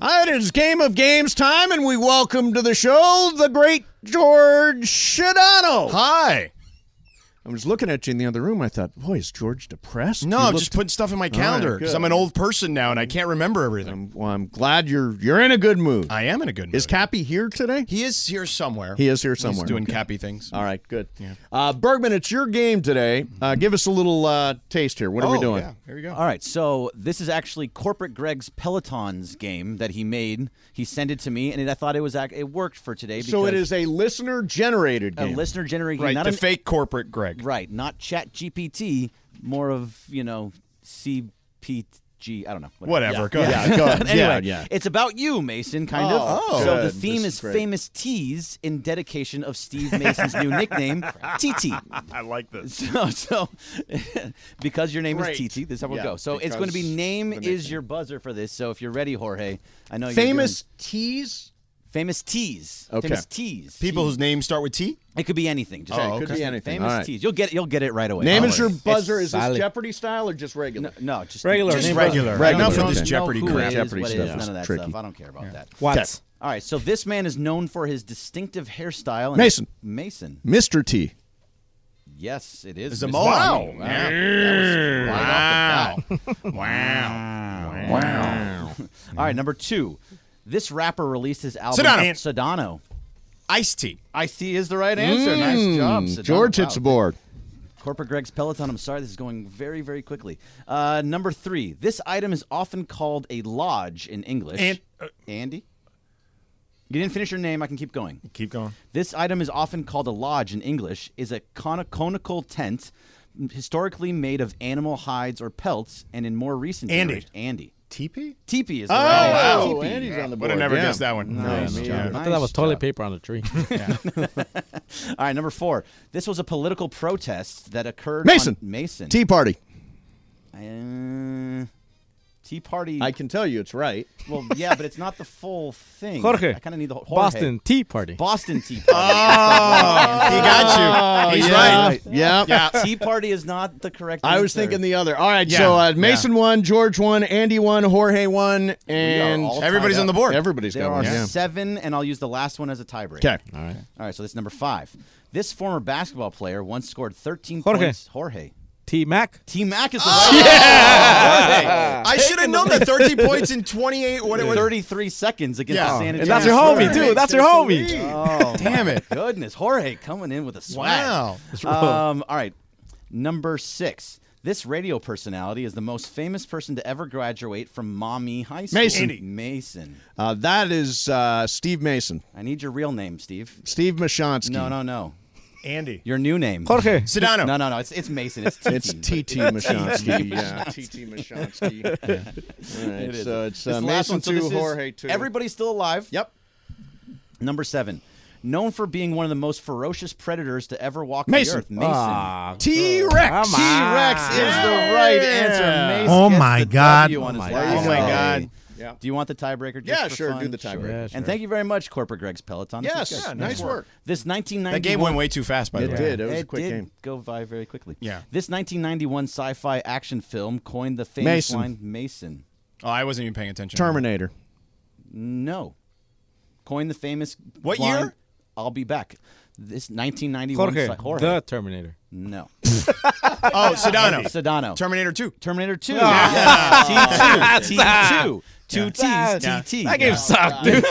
A: All right, it's Game of Games time, and we welcome to the show the great George Shadano.
I: Hi.
A: I was looking at you in the other room. I thought, boy, is George depressed?
I: No,
A: You
I: I'm
A: look
I: just putting stuff in my
A: right,
I: calendar because
A: good.
I: I'm an old person now and I can't remember everything.
A: I'm, well, I'm glad you're you're in a good mood.
I: I am in a good mood.
A: Is Cappy here today?
I: he is here somewhere.
A: He is here somewhere.
I: He's doing
A: Okay.
I: cappy things.
A: All right, good. Uh, Bergman, it's your game today. Uh, give us a little uh, taste here. What are we
I: Oh,
A: doing?
I: Yeah. Here we go.
C: All right, so this is actually corporate Greg's Pelotons game that he made. He sent it to me, and it, I thought it was ac- it worked for today. Because
A: So it is a listener-generated
C: a
A: game.
C: listener generated,
I: Right,
C: not
I: the
C: an,
I: fake corporate Greg.
C: right, not Chat GPT, more of you know CPG. I don't know.
I: Whatever.
C: Yeah.
I: Go ahead.
A: yeah, go ahead.
C: anyway,
A: yeah, yeah.
C: it's about you, Mason, kind of.
A: Oh,
C: so the
A: good.
C: theme
A: This
C: is,
A: is great.
C: famous teas in dedication of Steve Mason's new nickname, TT.
I: I like this.
C: So, so because your name
A: Great.
C: is TT, this is how we'll
A: Yeah,
C: go. So it's going to be
A: because
C: name
A: the
C: is
A: nickname.
C: your buzzer for this. So if you're ready, Jorge, I know
A: Famous
C: you're
A: teas.
C: doing famous teas.
A: Okay.
C: Famous teas.
I: People whose names start with T?
C: It could be anything. Just
A: It could be anything.
C: Famous
A: All right.
C: teas. You'll get it. You'll get it right away.
I: oh,
A: Name is
C: Always.
A: your buzzer. Is this
G: solid.
A: Jeopardy style or just regular?
C: No, just
G: Regular
C: Just
G: name
I: regular.
C: regular.
I: Enough
A: Regular.
I: with this
A: Okay.
I: Jeopardy
C: know who
I: crap.
C: it is,
A: Jeopardy
C: what it
A: stuff
C: is,
A: is
C: none of that
A: tricky.
C: stuff. I don't care about that.
G: Watts.
C: All right, so this man is known for his distinctive hairstyle. And
A: Mason.
C: Mason.
A: Mr. T.
C: Yes, it is.
I: Is a
C: Mr.
I: mole.
C: Wow.
I: Wow.
C: That was right off the bat.
I: Wow. Wow.
C: All right, number two. This rapper released his album
I: Sedano.
C: Sedano.
I: Ice T.
C: I see is the right answer. nice job, Sedano.
A: Hmm. George
C: wow.
A: hits the board.
C: Corporate Greg's Peloton. I'm sorry, this is going very, very quickly. Uh, number three. This item is often called a lodge in English.
I: And- uh,
C: Andy? You didn't finish your name. I can keep going.
B: Keep going.
C: This item is often called a lodge in English, is a coni- conical tent m- historically made of animal hides or pelts, and in more recent
I: Andy.
C: genera- Andy.
I: TP?
C: Teepee is the right answer.
A: Oh, Andy's on the board.
I: Would have never
A: yeah.
I: guessed that one. Nice job.
G: I thought that was toilet paper on the tree.
C: All right, number four. This was a political protest that occurred.
A: Mason.
C: On Mason.
A: Tea party.
C: Uh, tea Party.
A: I can tell you it's right.
C: well, yeah, but it's not the full thing.
G: Jorge.
C: I kind of need the whole. Jorge.
G: Boston Tea Party.
C: Boston Tea Party.
I: He
A: Oh.
I: got you. He's
A: yeah.
I: right.
A: Yeah.
C: tea Party is not the correct
A: I was
C: answer.
A: thinking the other. All right, so uh, Mason won, George won, Andy won, Jorge won, and
C: all tied
I: Everybody's on the board.
A: everybody's
C: There
A: got
C: are
A: one. Yeah.
C: seven, and I'll use the last one as a tiebreaker.
A: Okay.
C: All right, so that's number five. This former basketball player once scored 13
G: Jorge.
C: points. Jorge.
G: T Mac.
C: T Mac is the right answer.
I: I should have known that 30 points in 28, what it was.
C: 33 seconds against
I: Yeah.
C: the San Antonio.
G: And that's your homie,
C: Spurs.
G: too. That's your homie.
C: Oh,
I: Damn it.
C: goodness. Jorge coming in with a swag.
I: Wow.
C: Um, all right, number six. This radio personality is the most famous person to ever graduate from Mommy High School.
A: Mason. Andy.
C: Mason.
A: Uh, that is uh, Steve Mason,
C: I need your real name, Steve.
A: Steve Mashonsky.
C: No, no, no.
I: Andy.
C: Your new name.
G: Jorge.
I: Sedano.
C: No, no, no. It's it's Mason. It's
A: It's
C: TT.
A: TT Mashonsky. Yeah, TT Mashonsky. All right, so it's
C: This
A: uh,
C: last
A: Mason
C: one, so
A: two,
C: this is-
A: Jorge two.
C: Everybody's still alive.
A: Yep.
C: Number seven. Known for being one of the most ferocious predators to ever walk
A: Mason. Ah,
C: the earth. Mason.
A: T Rex.
G: Come on.
C: T-Rex is the right answer. Mace oh my God! oh my
A: God.
I: Oh my God.
A: Yeah.
C: Do you want the tiebreaker? Just
A: Yeah,
C: for
A: sure,
C: fun?
A: do the tiebreaker.
G: Yeah, sure.
C: And thank you very much, Corporate Greg's Peloton. This was
A: Yes,
C: good.
A: yeah, nice work.
C: This 1991
I: That game went way too fast, by the
A: It
I: way.
A: did. It was a
C: It
A: quick
C: did
A: game.
C: go by very quickly.
I: Yeah.
C: This 1991 sci-fi action film coined the famous
A: Mason.
C: line "Mason."
I: Oh, I wasn't even paying attention.
A: Terminator.
C: No. Coined the famous
I: What
C: line,
I: year?
C: I'll be back. This 1991
G: Jorge.
C: sci- Jorge.
G: The Terminator.
C: no.
I: Oh, Sedano.
C: Sedano.
I: Terminator 2.
C: Terminator
I: Oh,
C: 2. Yeah. T2. T2. Two T's. TT.
G: That game sucked, dude.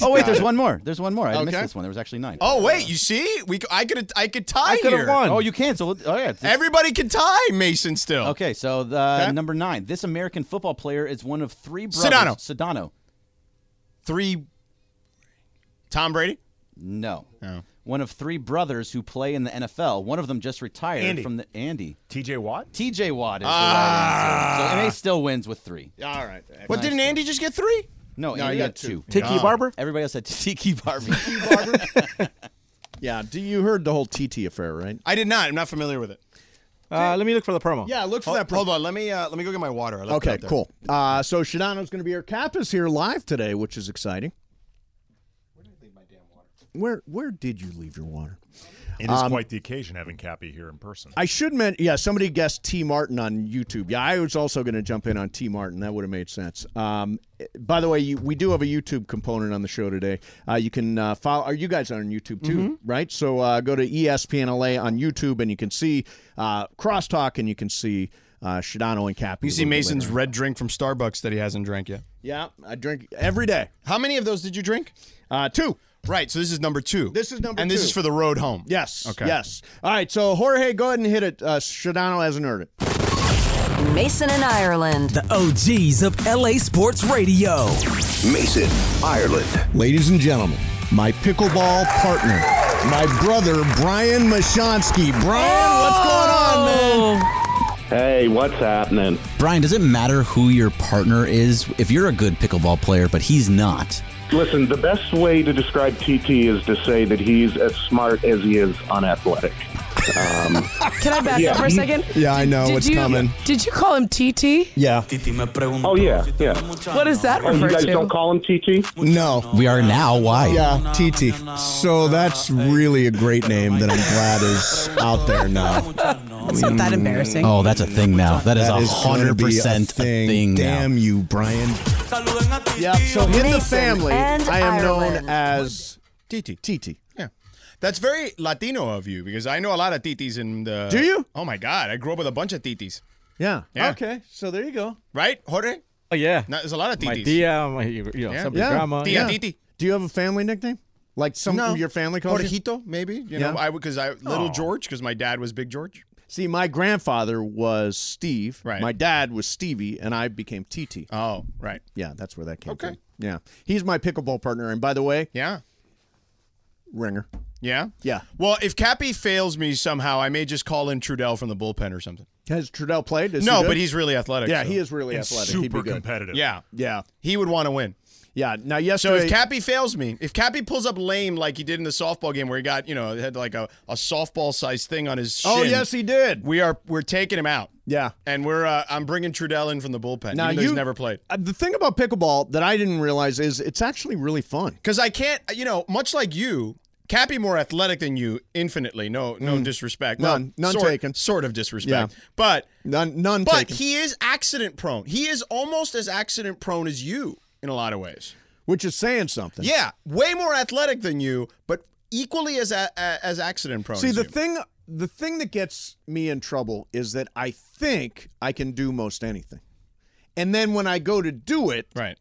C: Oh, wait, there's one more. There's one more. I missed
A: Okay.
C: this one. There was actually nine.
I: Oh, wait. You see? we c- I could I could tie
G: I could
I: here.
G: have won.
C: Oh, you can. So, oh, yeah. This-
I: Everybody can tie Mason still.
C: okay, so the
A: Okay.
C: number nine. This American football player is one of three brothers.
I: Sedano.
C: Sedano.
I: Three. Tom Brady? Oh.
C: No. One of three brothers who play in the NFL. One of them just retired from the Andy.
B: TJ Watt?
C: TJ Watt is the right answer. So MA still wins with three.
A: All right.
I: But didn't Andy just get three?
C: No,
A: I
C: Andy
A: got
C: got two.
G: Tiki
A: Um,
G: Barber.
C: Everybody else had Tiki Barbie.
A: Yeah. Do you heard the whole TT affair, right?
I: I did not. I'm not familiar with it.
G: Uh, let me look for the
C: Oh.
G: promo.
A: Yeah. Look for
I: Hold,
A: that. pro-
I: hold on. Let me uh, let me go get my water. I left it
A: Okay,
I: out there.
A: cool. Uh, so Shadano's going to be here. Cap is here live today, which is exciting. where where did you leave your water?
B: It is
A: Um,
B: quite the occasion having Cappy here in person.
A: I should mention, yeah, somebody guessed T. Martin on YouTube. Yeah, I was also going to jump in on T. Martin. That would have made sense. Um, by the way, you, we do have a YouTube component on the show today. Uh, you can uh, follow, are you guys on YouTube too,
G: Mm-hmm.
A: right? So uh, go to ESPNLA on YouTube and you can see uh, Crosstalk and you can see uh, Shadano and Cappy.
G: You
A: a
G: see
A: little bit
G: Mason's
A: later.
G: red drink from Starbucks that he hasn't drank yet.
A: Yeah, I drink every day.
G: How many of those did you drink?
A: Uh, two.
G: Right, so this is number two.
A: This is number
G: and this
A: two.
G: is for the road home.
A: Yes.
G: Okay.
A: Yes. All right. So Jorge, go ahead and hit it. Uh, Shadano hasn't heard it.
J: Mason in Ireland.
C: The OGs of LA Sports Radio.
K: Mason, Ireland.
L: Ladies and gentlemen, my pickleball partner, my brother Brian Mashonsky. Brian, what's going on,
C: Oh!
L: man?
I: Hey, what's happening?
D: Brian, does it matter who your partner is? If you're a good pickleball player, but he's not,
I: Listen, the best way to describe TT is to say that he's as smart as he is unathletic. Um,
H: Can I back up for a second?
G: Yeah, I know
H: Did
G: it's
H: you,
G: coming.
H: Did you call him TT?
G: Yeah.
I: oh yeah, yeah.
H: What does that
I: Oh, you
H: refer
I: guys
H: to?
I: don't call him TT?
L: No.
D: We are now. Why?
L: Yeah, TT. So that's really a great name that I'm glad is out there now.
H: It's not that embarrassing.
D: Oh, that's a thing now. That is
L: That
D: a
L: is gonna
D: hundred
L: be a
D: percent a
L: thing.
D: thing now.
L: Damn you, Brian.
I: Oh,
A: Yeah. So in the family,
G: and
A: I am known
G: Ireland.
A: as
G: TT.
A: TT.
G: Yeah. That's very Latino of you because I know a lot of titis in the.
A: Do you?
G: Oh my God, I grew up with a bunch of titis.
A: Yeah.
G: Yeah.
A: Okay. So there you go.
G: Right, Jorge?
M: Oh yeah.
G: No, there's a lot of titis.
M: My tia, my, you know,
G: Yeah.
M: somebody's grandma.
G: Tia,
M: yeah.
G: titi.
A: Do you have a family nickname? Like some of your family calls you?
G: Jorgito, maybe. You
A: Yeah.
G: know, I because I little
A: Aw.
G: George because my dad was big George.
A: See, my grandfather was Steve.
G: Right.
A: My dad was Stevie, and I became TT.
G: Oh, right.
A: Yeah, that's where that came from. Yeah. He's my pickleball partner, and by the way,
G: yeah,
A: ringer.
G: Yeah.
A: Yeah.
G: Well, if Cappy fails me somehow, I may just call in Trudell from the bullpen or something.
A: Has Trudell played? Is he
G: no,
A: good?
G: but he's really athletic.
A: Yeah,
G: so-
A: he is really athletic. He'd be good.
G: Yeah,
A: Yeah.
G: he would want to win.
A: Yeah. Now,
G: So
A: yesterday.
G: if Cappy fails me, if Cappy pulls up lame like he did in the softball game where he got, you know, had like a, a softball sized thing on his shin.
A: Oh, yes, he did.
G: We are we're taking him out,
A: Yeah.
G: and we're uh, I'm bringing Trudell in from the bullpen.
A: Now
G: even though he's
A: you-
G: never played.
A: Uh, The thing about pickleball that I didn't realize is it's actually really fun.
G: Because I can't, you know, much like you, Cappy more athletic than you, infinitely. No, Mm. no disrespect. Well,
A: None. None
G: sort,
A: taken.
G: Sort of disrespect.
A: Yeah.
G: But
A: none, none.
G: But
A: taken.
G: he is accident prone. He is almost as accident prone as you in a lot of ways.
A: Which is saying something.
G: Yeah, way more athletic than you, but equally as a, a- as accident prone.
A: See,
G: as
A: the
G: you.
A: thing the thing that gets me in trouble is that I think I can do most anything. And then when I go to do it,
G: right.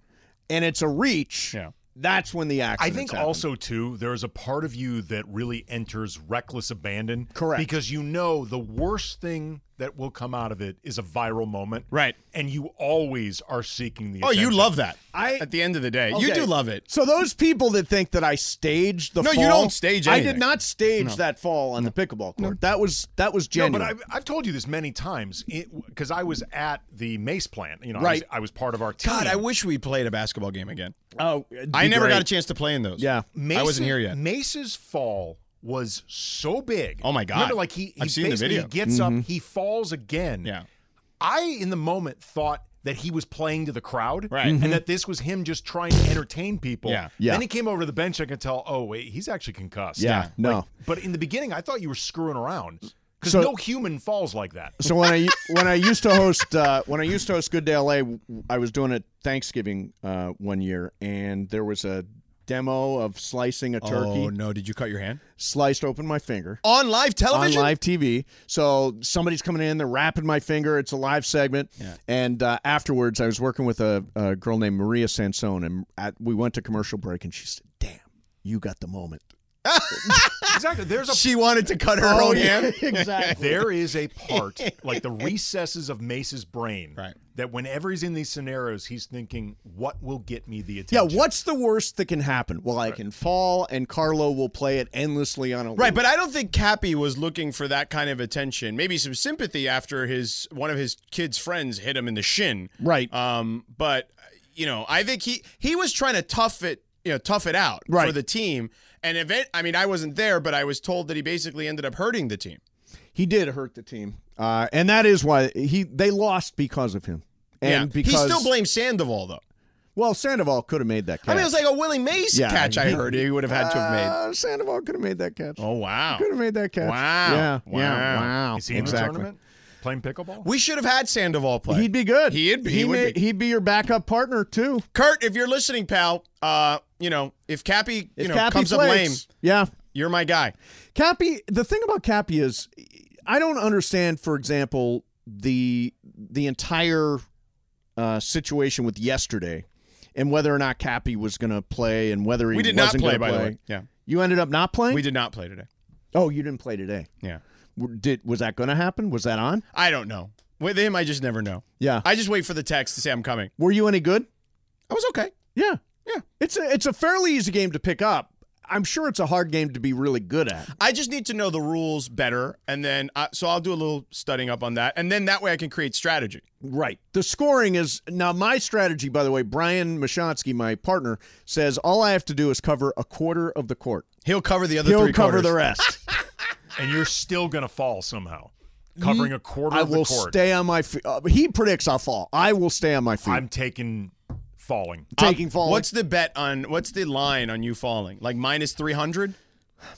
A: and it's a reach, that's when the
B: I
A: accident
B: think also too, there is a part of you that really enters reckless abandon.
A: Correct.
B: Because you know the worst thing that will come out of it is a viral moment.
G: Right.
B: And you always are seeking the
G: Oh, you
B: attention.
G: love that.
A: I
G: at the end of the day, you
A: Okay.
G: do love it.
A: So those people that think that I staged the
G: No, you
A: fall-
G: don't stage
A: I did
G: anything.
A: not stage
B: No.
A: that fall on the pickleball court. That was that was genuine.
B: No, but I've, I've told you this many times because I was at the Mace plant. You know,
G: Right.
B: I, was, I was part of our team.
G: God, I wish we played a basketball game again.
A: Oh,
G: I never got a chance to play in those.
A: Yeah.
G: I
B: Mason-
G: wasn't here yet.
B: Mace's fall was so big.
G: Oh, my God.
B: Remember, like he, he
G: I've seen the
B: basically-
G: video.
B: He gets
G: Mhm.
A: Mm-hmm.
B: up, he falls again.
G: Yeah.
B: I in the moment thought that he was playing to the crowd,
G: Right.
B: and
G: Mhm.
B: that this was him just trying to entertain people.
G: Yeah.
A: Mm-hmm. Yeah.
B: Then he came over to the bench. I could tell. Oh wait, he's actually concussed.
A: Yeah,
B: Like,
A: no.
B: but in the beginning, I thought you were screwing around because
A: So-
B: no human falls like that.
A: so when I when I used to host uh, when I used to host Good Day LA, I was doing it Thanksgiving uh, one year, and there was a demo of slicing a turkey.
G: Oh no! Did you cut your hand?
A: Sliced open my finger
G: On live television?
A: on live TV. So somebody's coming in, they're wrapping my finger. It's a live segment, and uh, afterwards, I was working with a, a girl named Maria Sansone, and at, we went to commercial break, and she said, "Damn, you got the moment."
B: exactly. There's a
G: She wanted to cut her
B: Oh,
G: own
B: yeah,
G: hand.
A: exactly.
B: There is a part, like the recesses of Mace's brain, right. that whenever he's in these scenarios, he's thinking, "What will get me the attention?"
A: Yeah, what's the worst that can happen? Well, I can fall, and Carlo will play it endlessly on a
G: Right,
A: loop.
G: but I don't think Cappy was looking for that kind of attention. Maybe some sympathy after his one of his kids' friends hit him in the shin.
A: Right.
B: Uh,
G: Um, but you know, I think he he was trying to tough it, you know, tough it out for
A: Right.
G: the team. And event, I mean, I wasn't there, but I was told that he basically ended up hurting the team.
A: he did hurt the team, uh, and that is why he they lost because of him. And
G: yeah.
A: because
G: he still blames Sandoval though.
A: Well, Sandoval could have made that catch.
B: I mean, it was like a Willie Mays
A: Yeah,
B: catch. I
A: he-
B: heard he would have had to have made.
A: Uh, Sandoval could have made that catch.
B: Oh wow!
A: Could have made that catch.
B: Wow!
A: Yeah.
B: Wow!
A: Yeah. Wow.
I: Is he in
A: Exactly.
I: the tournament playing pickleball?
B: We should have had Sandoval play.
A: He'd be good.
B: He'd be. He, would
A: may-
B: be.
A: He'd be your backup partner too.
B: Kurt, if you're listening, pal, uh, you know if Cappy, you
A: If
B: know
A: Cappy
B: comes up
A: plays,
B: lame,
A: yeah,
B: you're my guy.
A: Cappy. The thing about Cappy is, I don't understand. For example, the the entire uh, situation with yesterday, and whether or not Cappy was going to play, and whether he
B: We did not
A: wasn't
B: play,
A: gonna
B: by the
A: play.
B: way. Yeah.
A: you ended up not playing.
B: We did not play today.
A: Oh, you didn't play today.
B: Yeah.
A: W- Did was that going to happen? Was that on?
B: I don't know. With him, I just never know.
A: Yeah.
B: I just wait for the text to say I'm coming.
A: Were you any good?
B: I was okay.
A: Yeah. Yeah. It's a it's a fairly easy game to pick up. I'm sure it's a hard game to be really good at.
B: I just need to know the rules better, and then I, so I'll do a little studying up on that, and then that way I can create strategy.
A: Right. The scoring is now my strategy, by the way, Brian Mashansky, my partner, says all I have to do is cover a quarter of the court.
B: He'll cover the other
A: He'll
B: three
A: cover the
B: quarters.
A: rest.
I: and you're still going to fall somehow, covering a quarter
A: I
I: of the
A: will
I: court.
A: stay on my feet. Uh, he predicts I'll fall. I will stay on my feet.
I: I'm taking falling. Uh,
A: taking
B: Um,
A: falling.
B: What's the bet on? What's the line on you falling? Like minus three hundred?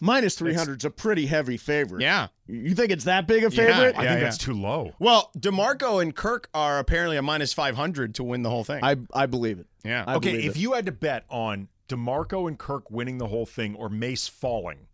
A: minus 300 is a pretty heavy favorite.
B: Yeah.
A: You think it's that big a
B: Yeah,
A: favorite?
B: I think yeah, that's yeah.
I: Too low.
B: Well, Demarco and Kirk are apparently a minus five hundred to win the whole thing.
A: I I believe it.
B: Yeah.
A: I
I: okay,
A: believe
I: if
A: it.
I: you had to bet on DeMarco and Kirk winning the whole thing or Mace falling,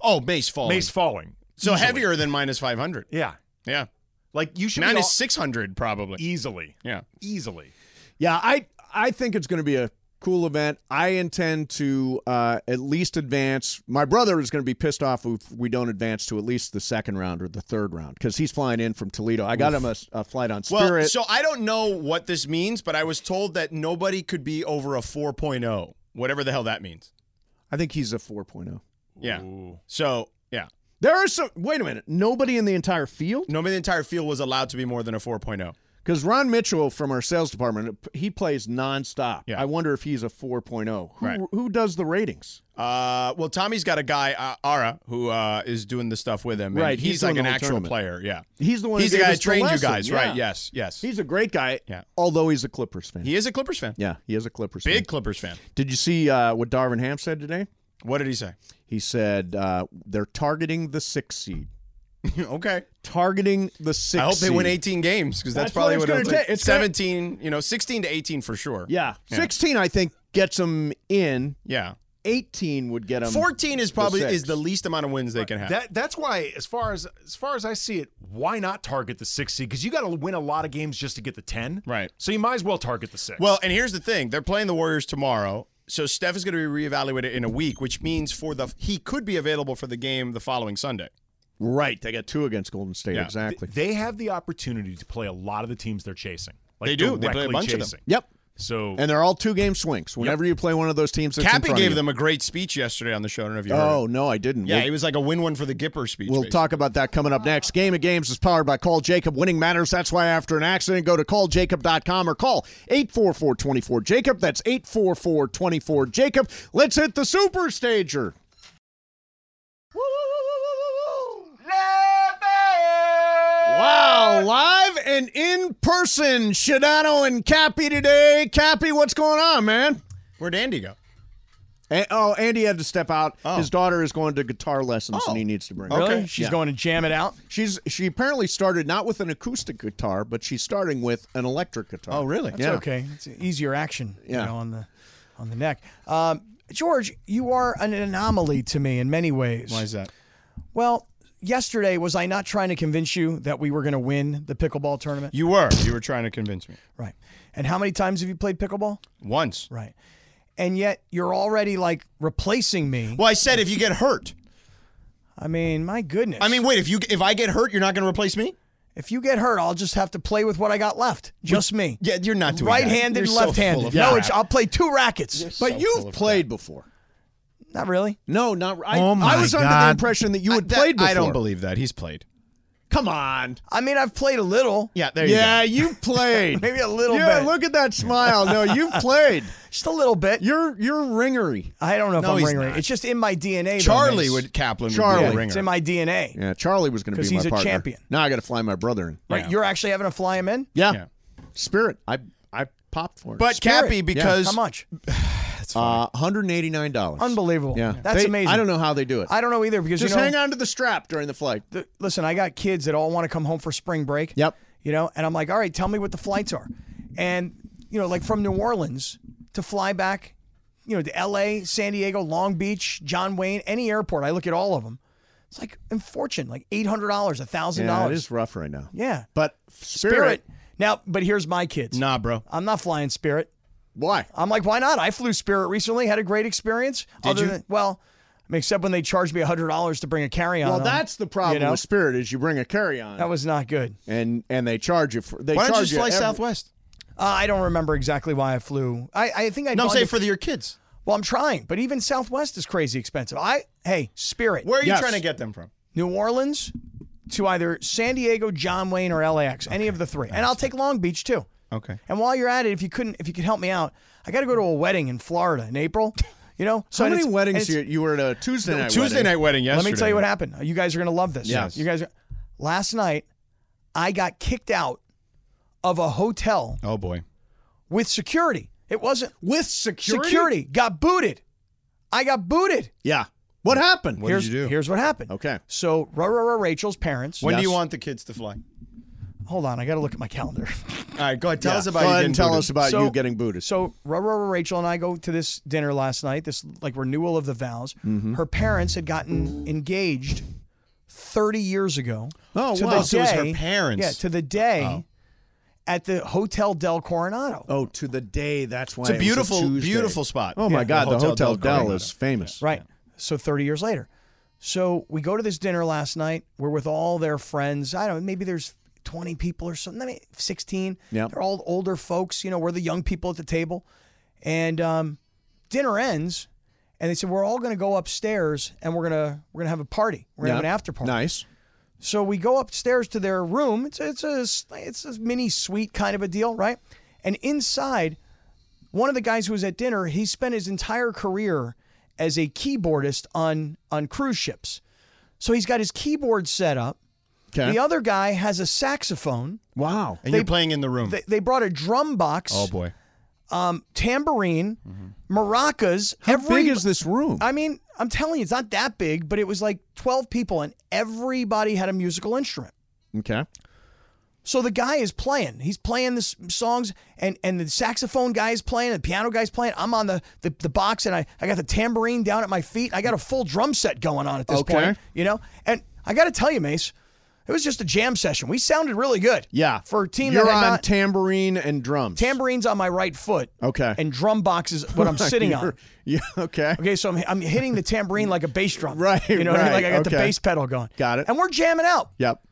B: oh, Mace falling.
I: Mace falling.
B: So
I: Easily.
B: heavier than minus five hundred.
I: Yeah.
B: Yeah.
I: Like you should be
B: Minus
I: all-
B: six hundred probably.
I: easily,
B: Yeah.
I: easily.
A: Yeah, I I think it's going to be a cool event. I intend to uh, at least advance. My brother is going to be pissed off if we don't advance to at least the second round or the third round because he's flying in from Toledo. I got him a, s- a flight on Spirit.
B: Well, so I don't know what this means, but I was told that nobody could be over a 4.0, whatever the hell that means.
A: I think he's a 4.0.
B: Yeah. So, yeah.
A: There are some. Wait a minute. Nobody in the entire field
B: Nobody in the entire field was allowed to be more than a oh. 4.0.
A: because Ron Mitchell from our sales department he plays nonstop. Yeah. I wonder if he's a 4.0. Who,
B: Right.
A: who does the ratings?
B: Uh, well, Tommy's got a guy, uh, Ara, who uh, is doing the stuff with him. and
A: Right,
B: He's,
A: he's doing
B: like
A: the
B: an
A: whole
B: actual
A: tournament.
B: player. Yeah.
A: He's the one.
B: He's
A: who
B: the
A: gave
B: guy
A: us
B: that trained you
A: lesson,
B: guys,
A: yeah.
B: right? Yes. Yes.
A: He's a great guy.
B: Yeah.
A: Although he's a Clippers fan.
B: He is a Clippers fan.
A: Yeah, he is a Clippers fan.
B: Big Clippers fan.
A: Did you see uh, what Darvin Ham said today?
B: What did he say?
A: He said uh, they're targeting the sixth seed.
B: okay.
A: Targeting the sixth.
B: I hope they win
A: seed.
B: 18 games because that's,
A: That's what
B: probably
A: it's
B: what,
A: gonna
B: it'll
A: take.
B: take.
A: It's gonna-
B: 17, you know, 16 to 18 for sure.
A: Yeah. sixteen. I think gets them in.
B: Yeah.
A: Eighteen would get them.
B: 14 is probably is Um, the least amount of wins they can have.
I: That that's why, as far as as far as I see it, why not target the six seed? Because you got to win a lot of games just to get the ten.
B: Right.
I: So you might as well target the six.
B: Well, and here's the thing: they're playing the Warriors tomorrow, so Steph is going to be reevaluated in a week, which means for the he could be available for the game the following Sunday.
A: right. They got two against Golden State.
B: Yeah.
A: Exactly.
I: they have the opportunity to play a lot of the teams they're chasing. Like
B: They do. They play a
I: directly
B: bunch of them.
I: chasing.
A: Yep.
I: So
A: And they're all two game swings. Whenever you play one of those teams, that's in
B: Cappy
A: front of
B: gave
A: you.
B: them a great speech yesterday on the show. I don't know if you heard.
A: Oh no, I didn't.
B: it. yeah,
A: We'll-
B: it was like a win-win for the Gipper speech.
A: We'll
B: basically.
A: talk about that coming up next. Game of Games is powered by Call Jacob. Winning matters. That's why after an accident, go to calljacob.com or call 844-24-JACOB. That's 844-24-JACOB. Let's hit the super stager. Wow, live and in person, Shadano and Cappy today. Cappy, what's going on, man?
B: Where'd Andy go?
A: A- oh, Andy had to step out. His daughter is going to guitar lessons, and he needs to bring. her.
G: Okay. She's
A: Yeah.
G: going to jam it out.
A: She's she apparently started not with an acoustic guitar, but she's starting with an electric guitar.
G: Oh, really? That's
A: yeah.
G: okay. It's easier action,
A: Yeah.
G: you know, on the on the neck. Um, George, you are an anomaly to me in many ways.
B: Why is that?
G: Well, yesterday was I not trying to convince you that we were going to win the pickleball tournament?
B: You were. You were trying to convince me
G: right. And how many times have you played pickleball?
B: once.
G: Right. And yet you're already like replacing me.
B: Well, I said if you get hurt.
G: I mean, my goodness.
B: I mean, wait. If you if I get hurt, you're not going to replace me.
G: if you get hurt, I'll just have to play with what I got left. Just me.
B: Yeah, you're not doing that.
G: Right-handed,
B: You're so full
G: left-handed.
B: of
G: no,
B: crap.
G: it's, I'll play two rackets.
A: But you've played before.
G: Not really.
A: No, not I,
G: Oh
A: I
G: my
A: was under the
G: God.
A: impression that you had
B: That-
A: played before.
B: I don't believe that he's played.
A: Come on.
G: I mean, I've played a little.
B: Yeah, there you
A: Yeah,
B: go.
A: you played.
G: Maybe a little
A: yeah,
G: bit.
A: look at that smile. No, you played.
G: Just a little bit.
A: You're you're ringery.
G: I don't know if
B: No,
G: I'm
B: he's
G: ringing.
B: not.
G: It's just in my DNA. though,
B: Charlie
G: Mace.
B: would Kaplan
A: Charlie.
B: would be a
G: It's
B: ringer.
G: in my DNA.
A: Yeah, Charlie was going to be
G: 'Cause
A: my
G: he's a
A: partner.
G: champion.
A: Now I got to fly my brother in.
G: Right. You're actually having to fly him in.
A: Yeah.
B: Yeah.
A: Spirit. I I popped for it.
I: But
A: Spirit.
I: Cappy, because
A: yeah.
G: much?
A: Uh, $189.
G: Unbelievable.
A: Yeah,
G: That's
A: They-
G: amazing.
A: I don't know how they do it.
G: I don't know either because
A: Just
G: you know,
A: hang on to the strap during the flight.
G: listen, I got kids that all want to come home for spring break.
A: Yep.
G: You know, and I'm like, all right, tell me what the flights are, and you know, like from New Orleans to fly back, you know, to L.A., San Diego, Long Beach, John Wayne, any airport. I look at all of them. It's like unfortunate, like eight hundred dollars, a thousand
A: Yeah, it
G: dollars.
A: is rough right now.
G: Yeah.
A: But
G: Spirit. Now, but here's my kids. Nah,
I: bro.
G: I'm not flying Spirit.
A: Why?
G: I'm like, why not? I flew Spirit recently, had a great experience.
A: Did you?
G: Than, well, I mean, except when they charged me $100 to bring a carry on.
A: Well, that's the problem with Spirit is you bring a carry on. That
G: was not good.
A: And and they charge you for they
G: Why don't you
A: charge
G: just fly
A: every-
G: Southwest? Uh, I don't remember exactly why I flew. I, I think I.
I: No, I'm
G: gone
I: saying
G: to-
I: for the- your kids.
G: Well, I'm trying, but even Southwest is crazy expensive. I hey, Spirit.
I: Where are you trying to get them from?
G: New Orleans to either San Diego, John Wayne, or LAX. Any of the three, and I'll take Long Beach too.
I: Okay.
G: And while you're at it, if you couldn't, if you could help me out, I got to go to a wedding in Florida in April. You know,
A: So
G: and
A: many
G: it's-
A: weddings
G: and it's-
A: you, you were at a Tuesday night
I: Tuesday
A: wedding.
I: night wedding
G: Let me
I: yesterday.
G: tell you what happened. You guys are going to love this.
I: Yes.
G: You guys are, last night I got kicked out of a hotel
I: Oh boy.
G: with security. It wasn't
A: with security?
G: Security got booted. I got booted.
A: Yeah. What happened?
I: What did
G: here's,
I: you do?
G: Here's what happened.
A: Okay.
G: So, Ra Ra Ra Rachel's parents.
I: When do you want the kids to fly?
G: Hold on, I got to look at my calendar.
I: All right, go ahead. Tell
G: Yeah.
I: us about
G: Go
I: you
G: ahead
I: getting
G: and tell
I: booted.
A: us about
G: So-
A: you getting booted.
G: So Ra Ra Ra Rachel and I go to this dinner last night, this like renewal of the vows.
A: Mhm.
I: Mm-hmm.
G: Her parents had gotten engaged 30 years ago.
I: Oh,
G: to
I: wow.
G: the
I: So it was her
G: day-
I: parents.
G: Yeah, to the day at the Hotel Del Coronado.
A: Oh, to the day. That's why
I: It's a
A: it was
I: beautiful-
A: Tuesday.
I: beautiful spot.
A: Oh my
I: Yeah,
A: God,
I: the
A: the
I: Hotel
A: Hotel,
I: Del
A: Del,
I: Coronado.
A: is famous.
G: Right. So 30 years later. So we go to this dinner last night. We're with all their friends. I don't know, maybe there's 20 people or something. I mean, 16.
A: Yep.
G: They're all older folks. You know, we're the young people at the table. And um, dinner ends. And they said, we're all going to go upstairs and we're going to we're gonna have a party. We're going to have an after party.
A: Nice.
G: So we go upstairs to their room. It's it's a it's a mini suite kind of a deal, right? And inside, one of the guys who was at dinner, he spent his entire career as a keyboardist on on cruise ships. So he's got his keyboard set up.
I: Okay.
G: The other guy has a saxophone.
A: Wow.
I: And you're playing in the room.
G: They, they brought a drum box.
I: Oh boy.
G: Um, tambourine, maracas.
A: How
G: every,
A: big is this room?
G: I mean, I'm telling you, it's not that big, but it was like 12 people, and everybody had a musical instrument.
A: Okay.
G: So the guy is playing. He's playing the s- songs, and and the saxophone guy is playing, and the piano guy's playing. I'm on the, the, the box, and I, I got the tambourine down at my feet. I got a full drum set going on at this
A: Okay.
G: point, you know? And I got to tell you, Mace, it was just a jam session. We sounded really good.
A: Yeah.
G: For a team
A: You're
G: that had
A: on
G: not-
A: tambourine and drums.
G: tambourines on my right foot.
A: Okay.
G: And drum box is what I'm sitting on.
A: You're- Yeah. Okay.
G: Okay, so I'm, I'm hitting the tambourine like a bass drum.
A: Right.
G: You know what I mean?
A: right,
G: Like I got the
A: okay.
G: bass pedal going.
A: Got it.
G: And we're jamming out.
A: Yep.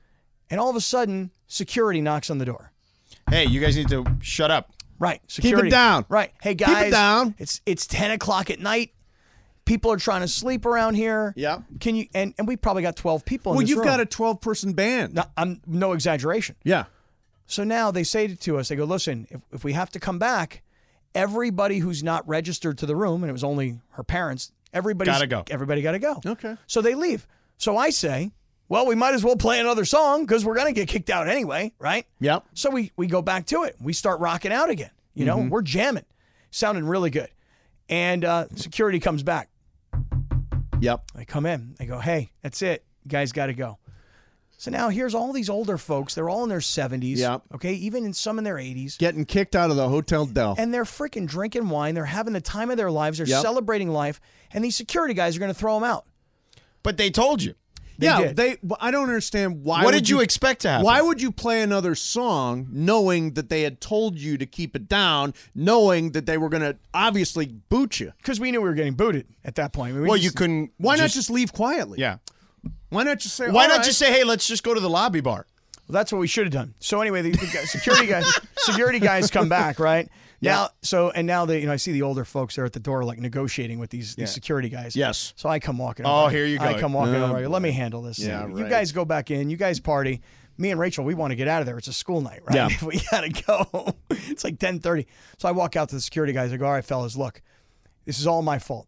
G: And all of a sudden, security knocks on the door.
I: Hey, you guys need to shut up.
G: Right.
I: it
G: Security.
I: down.
G: Right. Hey
I: Keep it
G: guys.
I: down.
G: It's it's ten o'clock at night. People are trying to sleep around here.
A: Yep.
G: Can you and, and we probably got twelve people in
A: Well,
G: this
A: you've
G: room.
A: got a 12 person band.
G: No, I'm no exaggeration.
A: Yeah.
G: So now they say to us, they go, listen, if, if we have to come back, everybody who's not registered to the room, and it was only her parents, everybody's
I: Gotta go.
G: Everybody gotta go.
A: Okay.
G: So they leave. So I say, well, we might as well play another song because we're gonna get kicked out anyway, right?
A: Yep.
G: So we we go back to it. We start rocking out again. You know,
I: Mm-hmm.
A: Mhm.
G: we're jamming, sounding really good. And uh, security comes back.
A: Yep.
G: They come in. They go, hey, that's it. You guys got to go. So now here's all these older folks. They're all in their 70s.
A: Yep.
G: Okay. Even in some in their 80s.
A: Getting kicked out of the Hotel Del.
G: And they're freaking drinking wine. They're having the time of their lives. They're
A: Yep.
G: celebrating life. And these security guys are going to throw them out.
I: But they told you.
G: They
A: yeah,
G: did.
A: they. well, I don't understand why.
I: What
A: would
I: did you expect to happen?
A: Why would you play another song knowing that they had told you to keep it down, knowing that they were going to obviously boot you?
G: Because we knew we were getting booted at that point. I mean, we
I: Well,
G: just-
I: you couldn't.
A: Why not just leave quietly?
I: Yeah.
A: Why not just say?
I: Why
A: "All
I: not
A: right."
I: just say, hey, let's just go to the lobby bar?
G: Well, that's what we should have done. So anyway, the, the guy- security guys, security guys come back, right? Now, so and now they, you know, I see the older folks are at the door, like negotiating with these, these
I: Yeah.
G: security guys.
I: Yes.
G: So I come walking.
I: Oh,
G: over.
I: here you
G: I
I: go.
G: come walking
I: Oh,
G: over. Let me handle this.
I: Yeah,
G: You
I: right.
G: guys go back in. You guys party. Me and Rachel, we want to get out of there. It's a school night, right?
A: Yeah.
G: we gotta go. it's like ten thirty. So I walk out to the security guys. I go, all right, fellas, look, this is all my fault.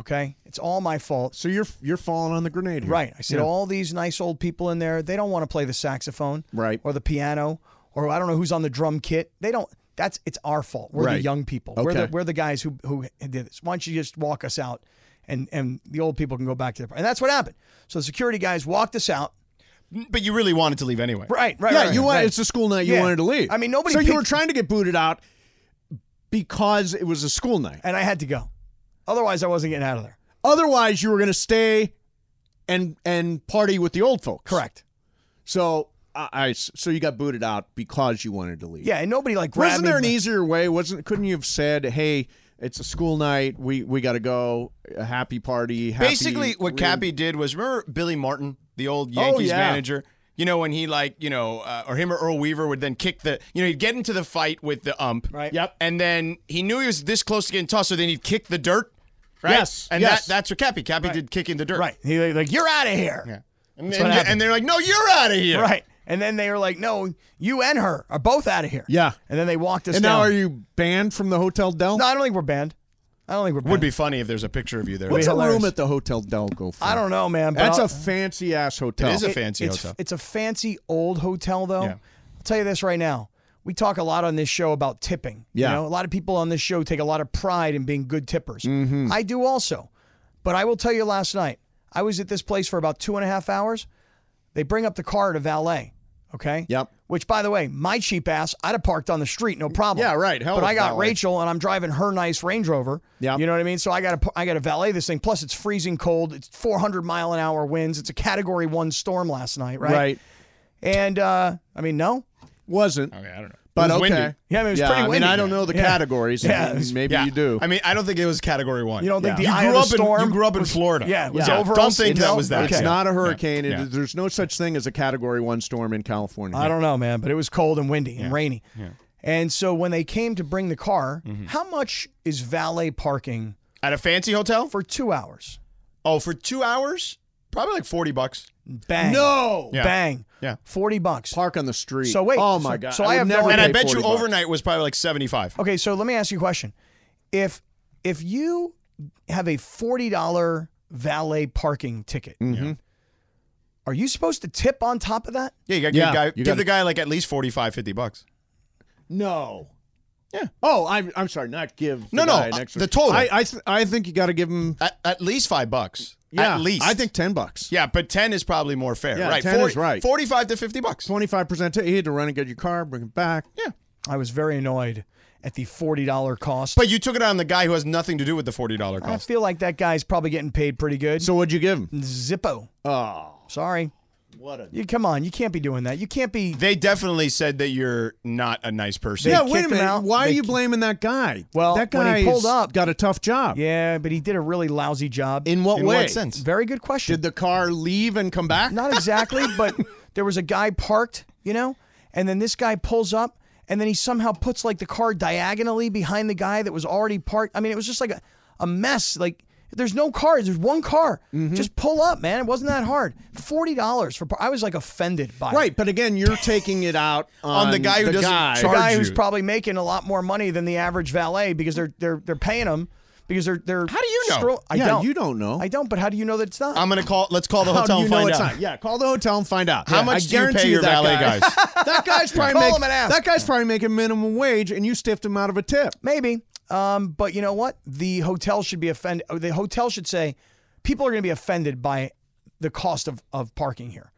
G: Okay, it's all my fault.
A: So you're you're falling on the grenade, here.
G: Right. I said
A: Yeah.
G: all these nice old people in there, they don't want to play the saxophone
A: Right.
G: or the piano or I don't know who's on the drum kit. They don't That's it's our fault. We're the
A: Right.
G: young people.
A: Okay.
G: We're, the, we're the guys who who did this. Why don't you just walk us out, and and the old people can go back to their. And that's what happened. So the security guys walked us out.
B: But you really wanted to leave anyway,
G: right? Right.
A: yeah,
G: right,
A: you want
G: right.
A: it's a school night. You
G: Yeah.
A: wanted to leave.
G: I mean, nobody.
A: So you
G: picked-
A: were trying to get booted out because it was a school night,
G: and I had to go. Otherwise, I wasn't getting out of there.
A: Otherwise, you were going to stay and and party with the old folks. Correct. So I, I- so you got booted out because you wanted to leave.
G: Yeah, and nobody like
A: Wasn't
G: grabbed me
A: there an
G: by-
A: easier way? Wasn't couldn't you have said, "Hey, it's a school night. We we got to go. A happy party." Happy
B: Basically, what
A: reunion."
B: Cappy did was remember Billy Martin, the old
A: Oh,
B: Yankees
A: yeah.
B: manager. You know when he like you know, uh, or him or Earl Weaver would then kick the you know he'd get into the fight with the ump, right? Yep. And then he knew he was this close to getting tossed, so then he'd kick the dirt, right?
A: Yes,
B: And
A: yes.
B: That, that's what Cappy. Cappy did kick in the dirt, right?
G: He like, like you're out of here.
B: Yeah. And,
G: That's
B: and-
G: what happened.
B: and they're like, no, you're out of here,
G: Right. And then they were like, no, you and her are both out of here.
A: Yeah.
G: And then they walked us
A: And
G: down.
A: now are you banned from the Hotel Del?
G: No, I don't think we're banned. I don't think we're banned.
B: Would be funny if there's a picture of you there.
A: What's a
B: It'd be hilarious.
A: room at the Hotel Del go for?
G: I don't know, man. But
A: That's
G: I'll-
A: a fancy ass hotel.
B: It is a fancy
G: it's,
B: hotel.
G: It's a fancy old hotel, though.
B: Yeah.
G: I'll tell you this right now. We talk a lot on this show about tipping.
A: Yeah.
G: You know, a lot of people on this show take a lot of pride in being good tippers.
B: Mm-hmm.
G: I do also. But I will tell you last night, I was at this place for about two and a half hours. They bring up the car to valet. Okay.
A: Yep.
G: Which, by the way, my cheap ass, I'd have parked on the street, no problem.
A: Yeah, right. Hell
G: but
A: with
G: I got
A: valet.
G: Rachel, and I'm driving her nice Range Rover.
A: Yeah.
G: You know what I mean? So I got to I got to valet this thing. Plus, it's freezing cold. It's 400 mile an hour winds. It's a Category One storm last night, right?
A: Right.
G: And uh, I mean, no,
A: wasn't.
B: Okay, I don't know.
A: But
B: It was
A: okay.
B: windy.
G: Yeah, I mean, it was pretty
A: I mean,
G: windy.
A: I don't know the
G: Yeah.
A: categories.
G: Yeah,
A: Yeah,
G: it was-
A: maybe
B: Yeah.
A: you do.
B: I mean, I don't think it was Category One.
G: You don't think
B: You
G: the eye
B: grew
G: of the
B: up in- you
G: storm?
B: grew up in Florida.
G: Yeah, it was
B: Yeah.
G: over.
B: Don't
G: us,
B: think
G: you
B: that
G: know?
B: was that.
A: It's
B: Okay.
A: not a hurricane. It-
B: Yeah.
A: There's no such thing as a Category One storm in California.
G: I don't know, man, but it was cold and windy and rainy. And so when they came to bring the car, how much is valet parking
B: at a fancy hotel
G: for two hours?
B: Oh, for two hours, probably like forty bucks.
G: Bang!
A: No!
B: Yeah.
G: bang!
B: Yeah.
G: forty bucks.
A: Park on the street.
G: So wait,
A: Oh
G: so-
A: my god.
G: so I
A: would
G: have no
A: never
G: idea.
B: And I
A: pay
B: bet
A: 40
B: you
A: bucks.
B: overnight was probably like seventy-five.
G: Okay, so let me ask you a question. If if you have a forty dollar valet parking ticket, are you supposed to tip on top of that?
B: Yeah, you got
A: Yeah,
B: guy,
A: you
B: give
A: gotta-
B: the guy like at least 45, 50 bucks.
A: No.
B: Yeah.
A: Oh, I'm I'm sorry. Not give. The
B: No, no,
A: guy an
B: uh,
A: extra-
B: the total.
A: I I, th- I think you got to give him.
B: At, at least five bucks.
A: Yeah,
B: at least.
A: I think ten bucks.
B: Yeah, but ten is probably more fair.
A: Yeah,
B: right.
A: 10 is right.
B: Forty-five to fifty bucks.
A: Twenty five percent. You had to run and get your car, bring it back.
B: Yeah.
G: I was very annoyed at the forty dollar cost.
B: But you took it on the guy who has nothing to do with the forty dollar
G: I
B: cost.
G: feel like that guy's probably getting paid pretty good.
A: So what'd you give him?
G: Zippo.
A: Oh,
G: Sorry.
A: what a.
G: You come on, you can't be doing that. You can't be
B: They definitely said that you're not a nice person.
A: yeah,
G: kicked
A: wait a
G: him
A: minute.
G: out.
A: Why
G: They
A: are you
G: ki-
A: blaming that guy?
G: Well,
A: that
G: when
A: guy
G: he pulled
A: has
G: up-
A: got a tough job.
G: Yeah, but he did a really lousy job.
A: In what
B: In
A: way?
B: what sense?
G: Very good question.
A: Did the car leave and come back?
G: Not exactly, but there was a guy parked, you know, and then this guy pulls up and then he somehow puts like the car diagonally behind the guy that was already parked. I mean, it was just like a, a mess. Like there's no cars. There's one car.
B: Mm-hmm.
G: Just pull up, man. It wasn't that hard. Forty dollars for. Par- I was like offended by it.
A: Right, but again, you're taking it out on,
B: the guy who doesn't
A: guy.
G: The
B: charge
G: guy
B: you.
G: who's probably making a lot more money than the average valet because they're they're they're paying him because they're they're.
B: How do you know?
G: I
A: yeah,
G: don't.
A: you don't know.
G: I don't. But how do you know that it's not?
B: I'm gonna call let's call the
A: How
B: hotel
A: do Oh, you
B: and
A: know
B: find
A: it's
B: out.
A: not? Yeah, call the hotel and find out.
B: How
A: Yeah,
B: much
A: I
B: do you
A: guarantee
B: pay your
A: that
B: valet
A: guy-
B: guys?
A: that guy's probably
G: Call
A: making
G: him and ask.
A: that guy's probably making minimum wage, and you stiffed him out of a tip.
G: Maybe. Um, but you know what? The hotel should be offended. The hotel should say, people are going to be offended by the cost of, of parking here.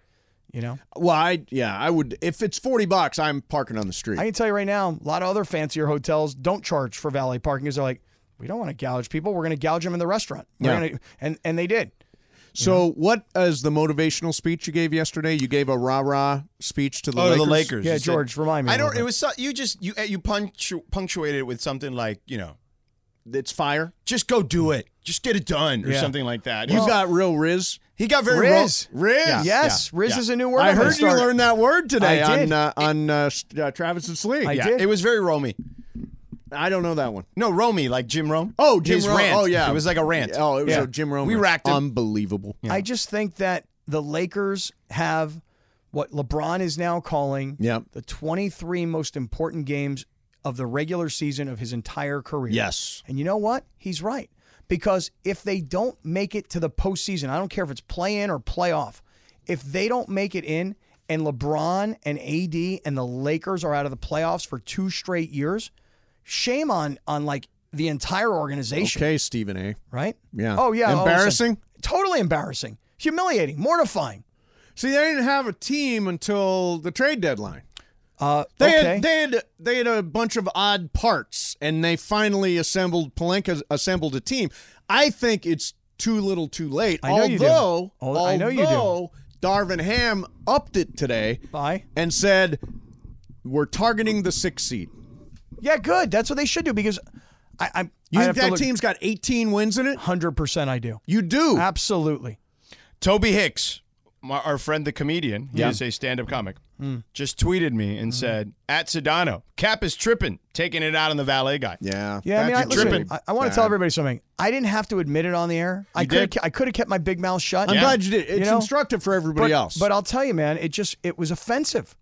G: You know,
A: Well, I yeah, I would if it's forty bucks, I'm parking on the street.
G: I can tell you right now, a lot of other fancier hotels don't charge for valet parking because they're like, we don't want to gouge people. We're going to gouge them in the restaurant. We're
A: Yeah.
G: gonna, and and they did.
A: so, what is the motivational speech you gave yesterday? You gave a rah rah speech to the
B: Oh,
A: Lakers.
B: the Lakers.
G: Yeah,
B: You said-
G: George, remind me.
B: I
G: a
B: don't.
G: little
B: It
G: bit.
B: was so- you just you you punctu- punctuated it with something like you know
A: It's fire.
B: just go do it, just get it done or
G: Yeah.
B: something like that.
A: you got real Riz.
B: he got very
G: Riz.
B: ro- Yeah,
G: yes,
B: yeah,
G: Riz
B: yeah.
G: is a new word.
A: I
G: I'm gonna
A: heard you
G: start.
A: learn that word today
G: I
A: on
G: did.
A: uh, on uh, s- uh, Travis's sleeve.
G: I
A: yeah.
G: did.
B: It was very Romy.
A: I don't know that one.
B: No, Romy, like Jim Rome.
A: Oh, Jim
B: His
A: Rome.
B: rant.
A: Oh, yeah.
B: It was like a rant.
A: Oh, it was
G: Yeah.
A: a Jim Rome.
B: We
A: rant.
B: racked him.
A: Unbelievable.
G: I just think that the Lakers have what LeBron is now calling
A: Yep.
G: the 23 most important games of the regular season of his entire career.
A: Yes.
G: And you know what? He's right. Because if they don't make it to the postseason, I don't care if it's play in or playoff, if they don't make it in, and LeBron and AD and the Lakers are out of the playoffs for two straight years, shame on on like the entire organization.
A: Okay, Stephen A.
G: Right?
A: Yeah.
G: Oh yeah. all of a sudden-
A: Embarrassing.
G: Totally embarrassing. Humiliating. Mortifying.
A: See, they didn't have a team until the trade deadline.
G: Uh,
A: they
G: okay.
A: had they had they had a bunch of odd parts, and they finally assembled Palenka assembled a team. I think it's too little, too late.
G: I know you do.
A: although,
G: Al- I know you do.
A: although Darvin Ham upped it today
G: Bye.
A: and said we're targeting the sixth seed.
G: Yeah, good. That's what they should do because I, I
A: You think
G: I have to
A: that
G: look-
A: team's got 18 wins in it?
G: 100% I do.
A: You do.
G: Absolutely.
B: Toby Hicks, my, our friend the comedian, he
G: Yeah. Hmm.
B: is a stand up comic, just tweeted me and said, At Sedano, Cap is tripping, taking it out on the valet guy.
A: Yeah.
G: Yeah, I mean, I,
B: That's tripping.
G: listen, I, I want to tell everybody something. I didn't have to admit it on the air. I
B: You
G: could
B: did.
G: I could have kept my big mouth shut.
A: I'm glad you did. It's
G: know?
A: instructive for everybody
G: but,
A: else.
G: But I'll tell you, man, it just it was offensive.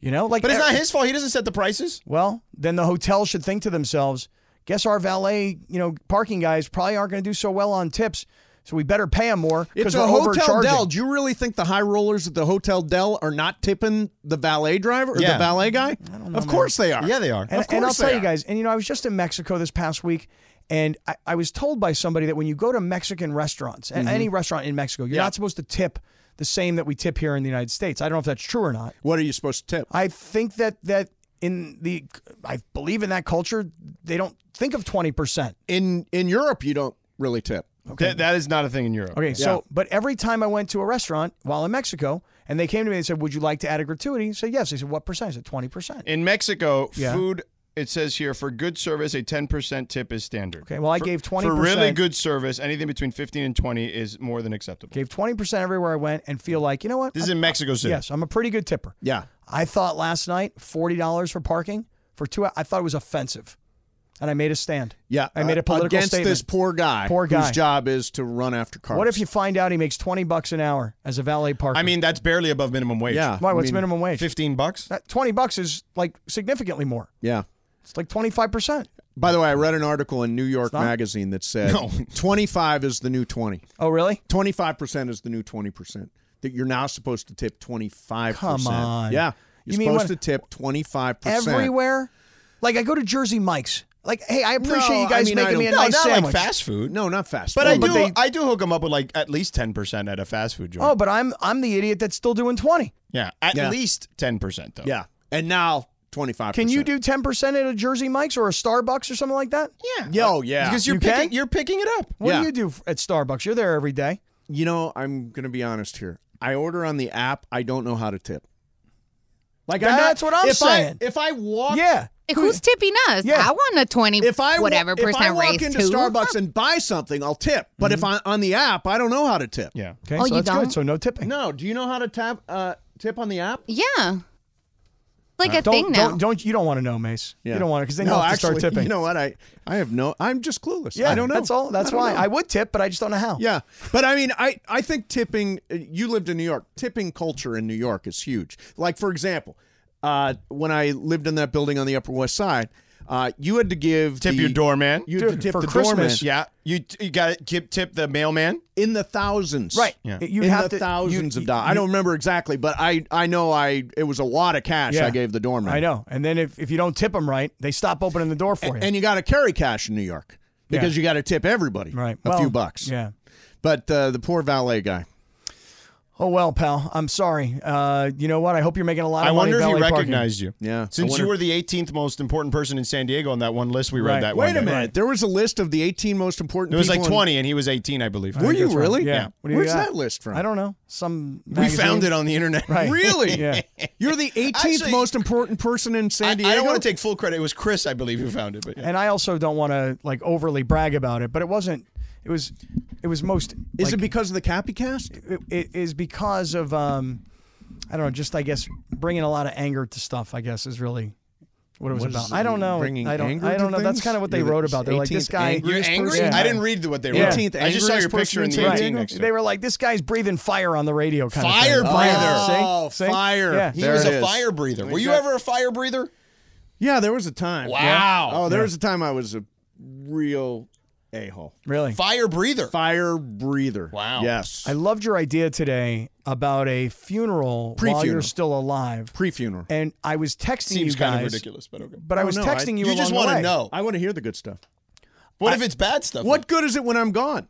G: You know, like
B: But it's not
G: eh,
B: his fault. He doesn't set the prices.
G: Well, then the hotel should think to themselves, guess our valet, you know, parking guys probably aren't going to do so well on tips, so we better pay them more
A: It's
G: because
A: a
G: we're
A: hotel
G: overcharging.
A: Dell. Do you really think the high rollers at the hotel Dell are not tipping the valet driver or
B: Yeah.
A: the valet guy? of course they are.
B: Yeah, they are.
A: Of
G: And,
A: course
G: and I'll
A: they
G: tell
A: are.
G: you guys, and you know, I was just in Mexico this past week, and I, I was told by somebody that when you go to Mexican restaurants, a-
A: Mhm.
G: any restaurant in Mexico, you're
A: Yeah.
G: not supposed to tip the same that we tip here in the United States. I don't know if that's true or not.
A: What are you supposed to tip?
G: I think that that in the, I believe in that culture, they don't think of twenty percent.
A: In in Europe, you don't really tip.
G: Okay.
B: That- that is not a thing in Europe.
G: Okay, so but every time I went to a restaurant while in Mexico, and they came to me and said, "Would you like to add a gratuity?" I said, "Yes." They said, "What percent?" I said, 20 percent."
B: In Mexico,
G: Yeah.
B: food, it says here, for good service, a 10% tip is standard.
G: Okay, well, I
B: For-
G: gave
B: For
G: 20%.
B: really good service, anything between 15 and 20 is more than acceptable.
G: Gave twenty percent everywhere I went, and feel like you know what?
B: This is in Mexico City.
G: Yes, I'm a pretty good tipper.
A: Yeah.
G: I thought last night forty dollars for parking for two. I thought it was offensive, and I made a stand.
A: Yeah,
G: I made
A: uh,
G: a political
A: against
G: statement.
A: this poor guy.
G: Poor guy.
A: Whose job is to run after cars.
G: what if you find out he makes twenty bucks an hour as a valet parker?
B: I mean, that's barely above minimum wage.
A: Yeah,
G: why?
A: I
G: What's
A: mean-
G: minimum wage?
B: 15 bucks?
G: That twenty bucks is like significantly more.
A: Yeah.
G: It's like twenty five percent.
A: By the way, I read an article in New York
G: not?
A: Magazine that said
G: No.
A: 25 is the new 20.
G: Oh, really?
A: 25% is the new 20%. That you're now supposed to tip 25%.
G: Come on.
A: Yeah. You're
G: You mean
A: supposed
G: what-
A: to tip 25%.
G: everywhere. Like I go to Jersey Mike's. Like, hey, I appreciate
A: No,
G: you guys
A: I mean, I
G: making me a
A: don't-
G: nice
B: not
G: sandwich.
B: like fast food.
A: No, not fast
B: But
A: food.
B: I do,
A: they-
B: I do hook them up with like at least ten percent at a fast food joint.
G: Oh, but I'm I'm the idiot that's still doing twenty.
B: yeah, at
A: Yeah.
B: least ten percent though.
A: yeah. And now 25%.
G: Can you do ten percent at a Jersey Mike's or a Starbucks or something like that?
B: yeah,
A: Yo, yeah.
B: because you're
G: You
B: picking
G: can?
B: you're picking it up.
G: What
A: Yeah.
G: do you do f- at Starbucks? You're there every day.
A: You know, I'm going to be honest here. I order on the app. I don't know how to tip. Like I'm
G: That's
A: not-
G: what I'm
A: if I-
G: saying.
A: if I walk,
G: yeah.
I: Who's tipping us?
G: Yeah.
I: I want a 20
A: if I wa-
I: whatever
A: if I
I: percent
A: walk
I: raise
A: into
I: too.
A: Starbucks and buy something, I'll tip. But if
G: Mm-hmm.
A: I on the app, I don't know how to tip.
B: Yeah.
G: Okay,
I: Oh,
G: so
I: you
G: that's
I: don't?
G: good. So no tipping.
A: No, do you know how to tap uh, tip on the app?
I: Yeah. Like a
G: don't,
I: thing now.
G: don't don't you don't want to know, Mace.
A: Yeah.
G: You don't want to because then
A: no,
G: you'll have
A: actually,
G: to start tipping.
A: You know what? I I have no. I'm just clueless.
G: yeah,
A: I don't know.
G: That's all. That's
A: I don't
G: why
A: know.
G: I would tip, but I just don't know how.
A: Yeah, but I mean, I I think tipping. uh, You lived in New York. Tipping culture in New York is huge. Like for example, uh, when I lived in that building on the Upper West Side, uh, you had to give
B: Tip
A: the-
B: your doorman.
A: You had to
G: Dude,
A: tip
G: for
A: the doorman
G: Christmas,
B: Yeah, you you got to tip tip the mailman.
A: in the thousands.
G: Right.
B: Yeah.
G: You
A: in
G: have
A: the
G: to
A: thousands
G: you-
A: of dollars. I
G: you-
A: don't remember exactly, but I I know I it was a wad of cash
G: Yeah.
A: I gave the doorman.
G: I know. And then if, if you don't tip them right, they stop opening the door for you.
A: And you got to carry cash in New York because you got to tip everybody
G: right.
A: a
G: Well,
A: few bucks.
G: Yeah.
A: But uh, the poor valet guy.
G: Oh well, pal. I'm sorry. Uh, you know what? I hope you're making a lot of
B: I
G: money.
B: wonder if he
G: valet parking.
B: recognized you.
A: Yeah.
B: Since
A: I wonder-
B: you were the 18th most important person in San Diego on that one list we read
G: Right.
B: that
A: Wait
B: one
A: a
B: day.
A: minute. There was a list of the 18 most important
B: It was like
A: people in-
B: 20 and he was 18, I believe.
A: Were you
G: That's right.
A: really?
G: Yeah. What do you
A: Where's
G: got?
A: that list from?
G: I don't know. Some
B: We found it on the internet.
G: Right.
A: Really?
G: Yeah.
A: You're the 18th
B: Actually-
A: most important person in
B: I, I
A: San Diego.
B: don't want to take full credit. It was Chris, I believe, who found it. But yeah.
G: And I also don't want to like overly brag about it, but it wasn't. It was. It was most.
A: Is it
G: like,
A: because of the Cappy cast?
G: it, it is because of um, I don't know. Just I guess bringing a lot of anger to stuff. I guess is really. What it was
A: What is
G: about.
A: it,
G: I don't know.
A: bringing
G: I don't.
A: anger
G: I
A: to
G: don't know. That's
A: things?
G: kind of what they
A: You're the
G: wrote about. They're like, this
A: 18th
G: guy.
A: angry-
B: You're
A: This
B: angry?
G: person-
B: I didn't read the, what they wrote.
G: Yeah.
A: 18th
B: I just saw your
A: angriest
B: picture
A: person
B: in
A: in
B: the
A: San
B: 18
A: Diego?
B: next to
G: They
B: it.
G: were like, this guy's breathing fire on the radio. Kind
B: Fire
G: of thing.
B: breather.
A: Oh,
G: See? See?
A: fire.
G: Yeah.
B: He
A: There
B: was
A: it
B: a
A: is.
B: fire breather. Were you
A: got-
B: ever a fire breather?
A: Yeah, there was a time.
B: Wow.
A: Oh, there was a time I was a real a hole.
G: Really?
A: Fire breather. Fire breather.
G: Wow.
A: Yes.
G: I loved your idea today about a funeral while
A: Pre-funeral.
G: you're still alive.
A: Pre-funeral.
G: And I was texting
A: Seems
G: you guys.
A: kind of ridiculous,
B: but okay.
G: But I
A: Oh,
G: was
A: no,
G: texting you.
B: You just
G: want
B: wanna know.
A: I want to hear the good stuff.
B: What
A: I-
B: if it's bad stuff?
A: What good is it when I'm gone?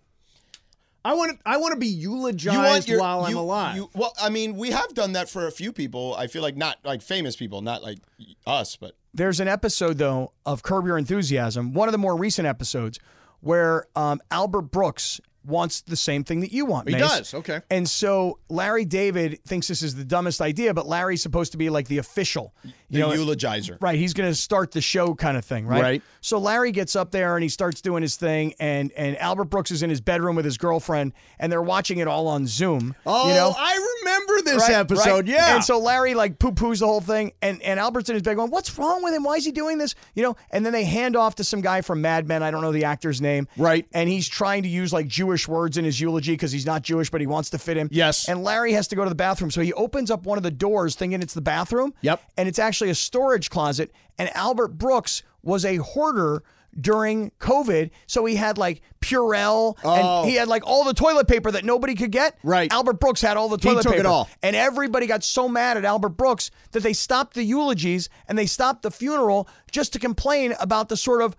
A: I want to. I want to be eulogized while I'm
B: you-
A: alive.
B: you- well, I mean, we have done that for a few people. I feel like not like famous people, not like us, but
G: There's an episode though of Curb Your Enthusiasm, one of the more recent episodes, where um, Albert Brooks wants the same thing that you want.
A: He
G: Mace.
A: does, okay.
G: And so Larry David thinks this is the dumbest idea, but Larry's supposed to be like the official, you
B: the
G: know,
B: eulogizer.
G: Right, he's going to start the show kind of thing, right?
B: Right.
G: So Larry gets up there and he starts doing his thing, and and Albert Brooks is in his bedroom with his girlfriend, and they're watching it all on Zoom.
A: Oh,
G: you know?
A: I remember this
G: Right,
A: episode.
G: right.
A: Yeah.
G: And so Larry like poo poos the whole thing, and and Albert's in his bed going, "What's wrong with him? Why is he doing this?" You know. And then they hand off to some guy from Mad Men. I don't know the actor's name. Right. And he's trying to use like Jewish words in his eulogy because he's not Jewish, but he wants to fit him. Yes. And Larry has to go to the bathroom, so he opens up one of the doors, thinking it's the bathroom. Yep. And it's actually a storage closet. And Albert Brooks was a hoarder. During COVID, so he had like Purell,
A: Oh.
G: and he had like all the toilet paper that nobody could get. Right, Albert Brooks had all the
A: He
G: toilet
A: took it
G: paper.
A: all.
G: And everybody got so mad at Albert Brooks that they stopped the eulogies and they stopped the funeral just to complain about the sort of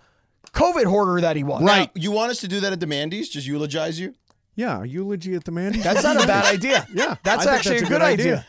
G: COVID hoarder that he was.
B: Right. you want us to do that at the Mandy's? Just eulogize you?
A: yeah, eulogy at the Mandy's.
G: That's not a bad idea.
A: Yeah,
G: That's
A: I think
G: actually a good idea.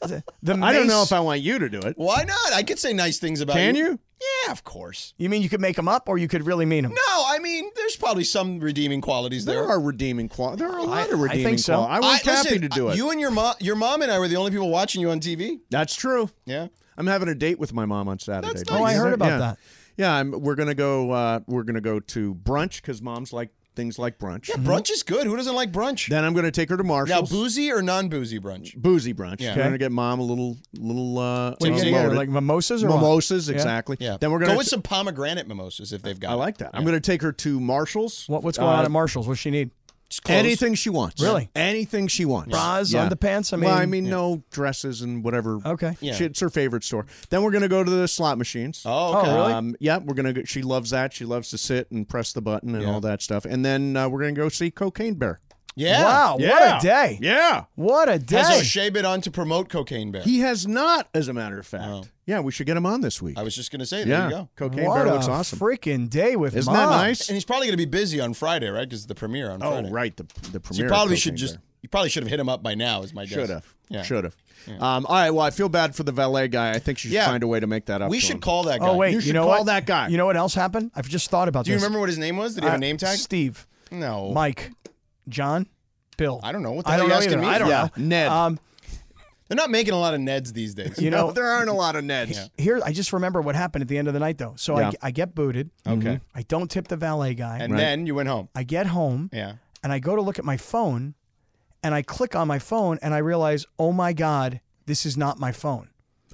G: The
A: I don't know
G: mace-
A: if I want you to do it.
B: Why not? I could say nice things about
A: Can
B: you.
A: you?
B: Yeah, of course.
G: You mean you could make them up or you could really mean them?
B: No, I mean, there's probably some redeeming qualities there.
A: There are redeeming qual. There are a lot of
B: I
A: redeeming
B: think so.
A: qual- I want Cappy
B: listen,
A: to do it.
B: You and your mom, your mom and I were the only people watching you on TV.
A: That's true.
B: Yeah.
A: I'm having a date with my mom on Saturday.
B: That's
G: Oh, I heard about
A: yeah.
G: that.
A: Yeah, I'm, we're gonna go. Uh, we're gonna go to brunch because moms like things like brunch. Yeah,
B: Brunch is good. Who doesn't like brunch?
A: Then I'm gonna take her to
B: Now,
A: Marshall's.
B: boozy or non-boozy brunch?
A: boozy brunch.
B: Yeah.
A: We're
B: Okay.
A: gonna get mom a little little. Uh,
G: What are you
A: uh,
G: gonna get her,
A: loaded.
G: like mimosas or what?
A: mimosas?
G: Yeah.
A: Exactly.
B: Yeah.
A: Then we're gonna
B: go with
A: t-
B: some pomegranate mimosas if they've got.
A: I like that. I'm gonna take her to Marshall's.
G: What, what's going
A: Uh,
G: on at Marshall's? What's she need?
B: clothes.
A: Anything she wants.
G: Really?
A: Anything she wants.
G: Bras, underpants, I
A: well, I
G: mean-
A: mean,
G: Yeah.
A: no dresses and whatever.
G: Okay.
A: Yeah.
G: Yeah.
A: it's her favorite store. Then we're gonna go to the slot machines.
B: Oh, okay. Oh, really?
A: Um, yeah, we're gonna. Go, she loves that. She loves to sit and press the button and
B: Yeah.
A: all that stuff. And then uh, we're gonna go see Cocaine Bear.
B: Yeah.
G: Wow,
A: Yeah.
G: what a day.
A: Yeah.
G: What a day.
B: Has O'Shea been on to promote Cocaine Bear?
A: He has not, as a matter of fact. Yeah, we should get him on this week.
B: I was just gonna say, Oh. Uh, there
A: yeah,
B: you go.
A: Cocaine
G: What
A: Bear
G: a
A: looks awesome.
G: freaking day with
A: Isn't
G: mom.
A: that nice?
B: And he's probably gonna be busy on Friday, right? Because the premiere on
A: Oh,
B: Friday.
A: right, the the
B: So
A: premiere.
B: you
A: of
B: probably should
A: Cocaine
B: just.
A: Bear.
B: You probably should have hit him up by now. Is my guess.
A: should have
B: Yeah.
A: should have. Um, all right. Well, I feel bad for the valet guy. I think you should
B: Yeah.
A: find a way to make that up.
B: We
A: to
B: should
A: him.
B: call that guy.
G: Oh, wait.
A: You
G: You,
A: should
G: know
A: call
G: what?
A: that guy.
G: You know what else happened? I've just thought about
B: Do you
G: this.
B: remember what his name was? Did he have a
G: Uh,
B: name tag?
G: Steve.
B: No.
G: Mike. John. Bill.
B: I don't know. What the
G: I
B: hell
G: don't
B: are you
G: know
B: asking
G: either.
B: me?
G: I don't
B: for?
G: know. Um,
B: They're not making a lot of Neds these days.
G: You know-
A: there aren't a lot of Neds.
G: Here, I just remember what happened at the end of the night, though. So
B: Yeah.
G: I, I get booted.
B: Okay.
G: I don't tip the valet guy. Mm-hmm.
B: And then you went home.
G: I get home
B: Yeah.
G: and I go to look at my phone and I click on my phone and I realize, oh my God, this is not my phone.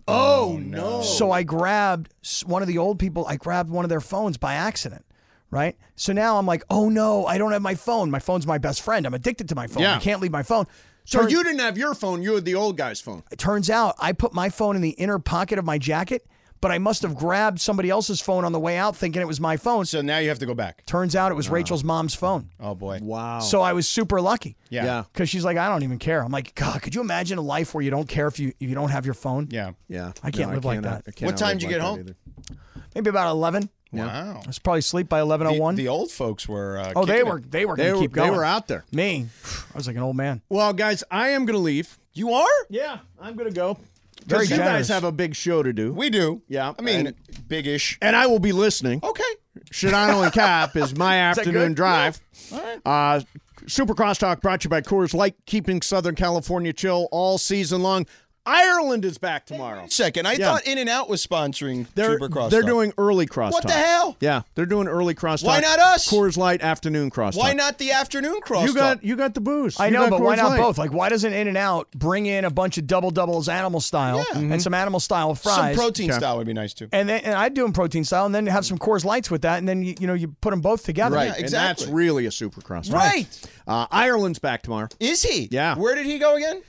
A: Oh, no.
G: So I grabbed s- one of the old people, I grabbed one of their phones by accident. Right. So now I'm like, oh no, I don't have my phone. My phone's my best friend. I'm addicted to my phone.
A: Yeah.
G: I can't leave my phone.
A: So
G: Turn-
A: you didn't have your phone. You had the old guy's phone.
G: It turns out I put my phone in the inner pocket of my jacket, but I must have grabbed somebody else's phone on the way out thinking it was my phone.
B: So now you have to go back.
G: Turns out it
A: Uh-huh.
G: was Rachel's mom's phone.
B: Oh boy.
A: Wow.
G: So I was super lucky.
B: Yeah. Yeah.
G: Because she's like, I don't even care. I'm like, God, could you imagine a life where you don't care if you if you don't have your phone?
B: Yeah.
A: Yeah.
G: I can't
A: No,
G: live like
A: cannot-
G: that.
A: I cannot
B: What time
A: live
B: did you
A: like
B: get
A: that
B: home?
A: either.
G: Maybe about eleven.
B: Wow.
G: I was probably asleep by eleven oh one.
B: The old folks were. Uh,
G: Oh, they
B: kicking
G: were
B: it.
G: they were
A: They
G: gonna
A: were-
G: keep
A: they
G: going.
A: were out there.
G: Me. I was like an old man.
A: Well, guys, I am going to leave.
B: You are?
A: Yeah, I'm going to go.
G: Very
A: Because you guys
G: generous.
A: have a big show to do.
B: We do.
A: Yeah.
B: I mean,
A: and,
B: big-ish.
A: and I will be listening.
B: Okay.
A: Shadano and Cap is my
B: Is that
A: afternoon
B: good?
A: drive.
B: Yeah. All right.
A: Uh, Super Crosstalk brought to you by Coors Light, keeping Southern California chill all season long. Ireland is back tomorrow.
B: Second, I
A: Yeah.
B: thought In and Out was sponsoring
A: They're,
B: Super Cross.
A: they're doing early crosstalk.
B: the hell?
A: Yeah, they're doing early crosstalk.
B: Why not us?
A: Coors Light afternoon crosstalk.
B: Why not the afternoon cross?
A: You got you got the booze.
G: I
A: You
G: know,
A: got
G: but why
A: Coors
G: not
A: Light.
G: both? Like, why doesn't In and Out bring in a bunch of double doubles, animal style, and some animal style
B: some
G: fries?
B: protein style would be nice too.
G: And then and I'd do them protein style, and then have some Coors Lights with that, and then you, you know you put them both together.
A: Right, and that's really a super crosstalk.
B: Right.
A: Uh, Ireland's back tomorrow.
B: Is he?
A: Yeah.
B: Where did he go again?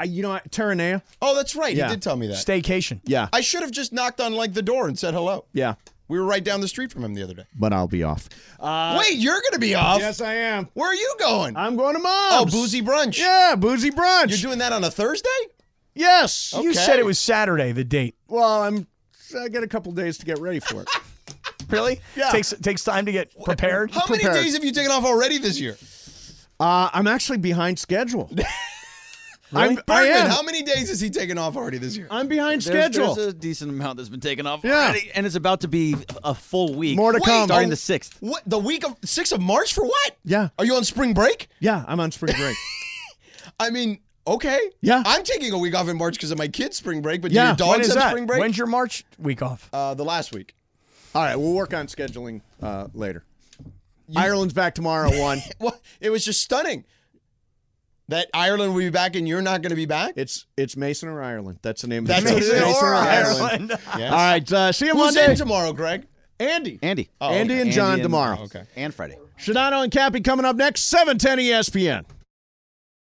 A: Uh, you know, Terranea.
B: Oh, that's right.
A: Yeah.
B: He did tell me that.
G: Staycation.
A: Yeah,
B: I should have just knocked on like the door and said hello.
A: yeah.
B: We were right down the street from him the other day.
A: but I'll be off. Uh,
B: Wait, you're going to be off?
A: Yes, I am.
B: Where are you going?
A: I'm going to mom's.
B: Oh, boozy brunch.
A: Yeah, boozy brunch.
B: You're doing that on a Thursday?
A: Yes.
G: You said it was Saturday, the date.
A: Well, I'm. I got a couple days to get ready for it.
G: Really?
A: Yeah.
G: Takes takes time to get prepared.
B: How many
A: Prepared.
B: days have you taken off already this year?
A: Uh, I'm actually behind schedule. I'm, I
B: Bergman,
A: am.
B: how many days has he taken off already this year?
A: I'm behind
C: There's-
A: schedule.
C: There's a decent amount that's been taken off
A: Yeah.
C: already, and it's about to be a full week.
A: More to Wait, come.
C: Starting
A: oh,
C: the sixth.
B: What the week of 6th of March for what?
A: yeah,
B: Are you on spring break?
A: yeah. I'm on spring break.
B: I mean, okay.
A: Yeah.
B: I'm taking a week off in March because of my kids' spring break, but
A: Yeah.
B: your
G: When
B: dogs
G: is
B: have
G: that?
B: spring break?
G: When's your March week off?
B: uh, the last week.
A: All right, we'll work on scheduling uh, later. Ireland's back tomorrow. at One.
B: What? It was just stunning that Ireland will be back and you're not going to be back.
A: It's it's Mason or Ireland. That's the name.
B: That's
A: of the
B: what it
A: show.
B: is.
A: Mason or
B: Or
A: Ireland.
B: Ireland. Yes.
A: All right. Uh, see you
B: Who's
A: Monday.
B: in tomorrow, Greg?
A: Andy. Oh,
C: Andy.
A: Andy and John tomorrow.
B: Okay.
C: And Friday.
A: Shadano and Cappy coming up next. Seven ten E ESPN.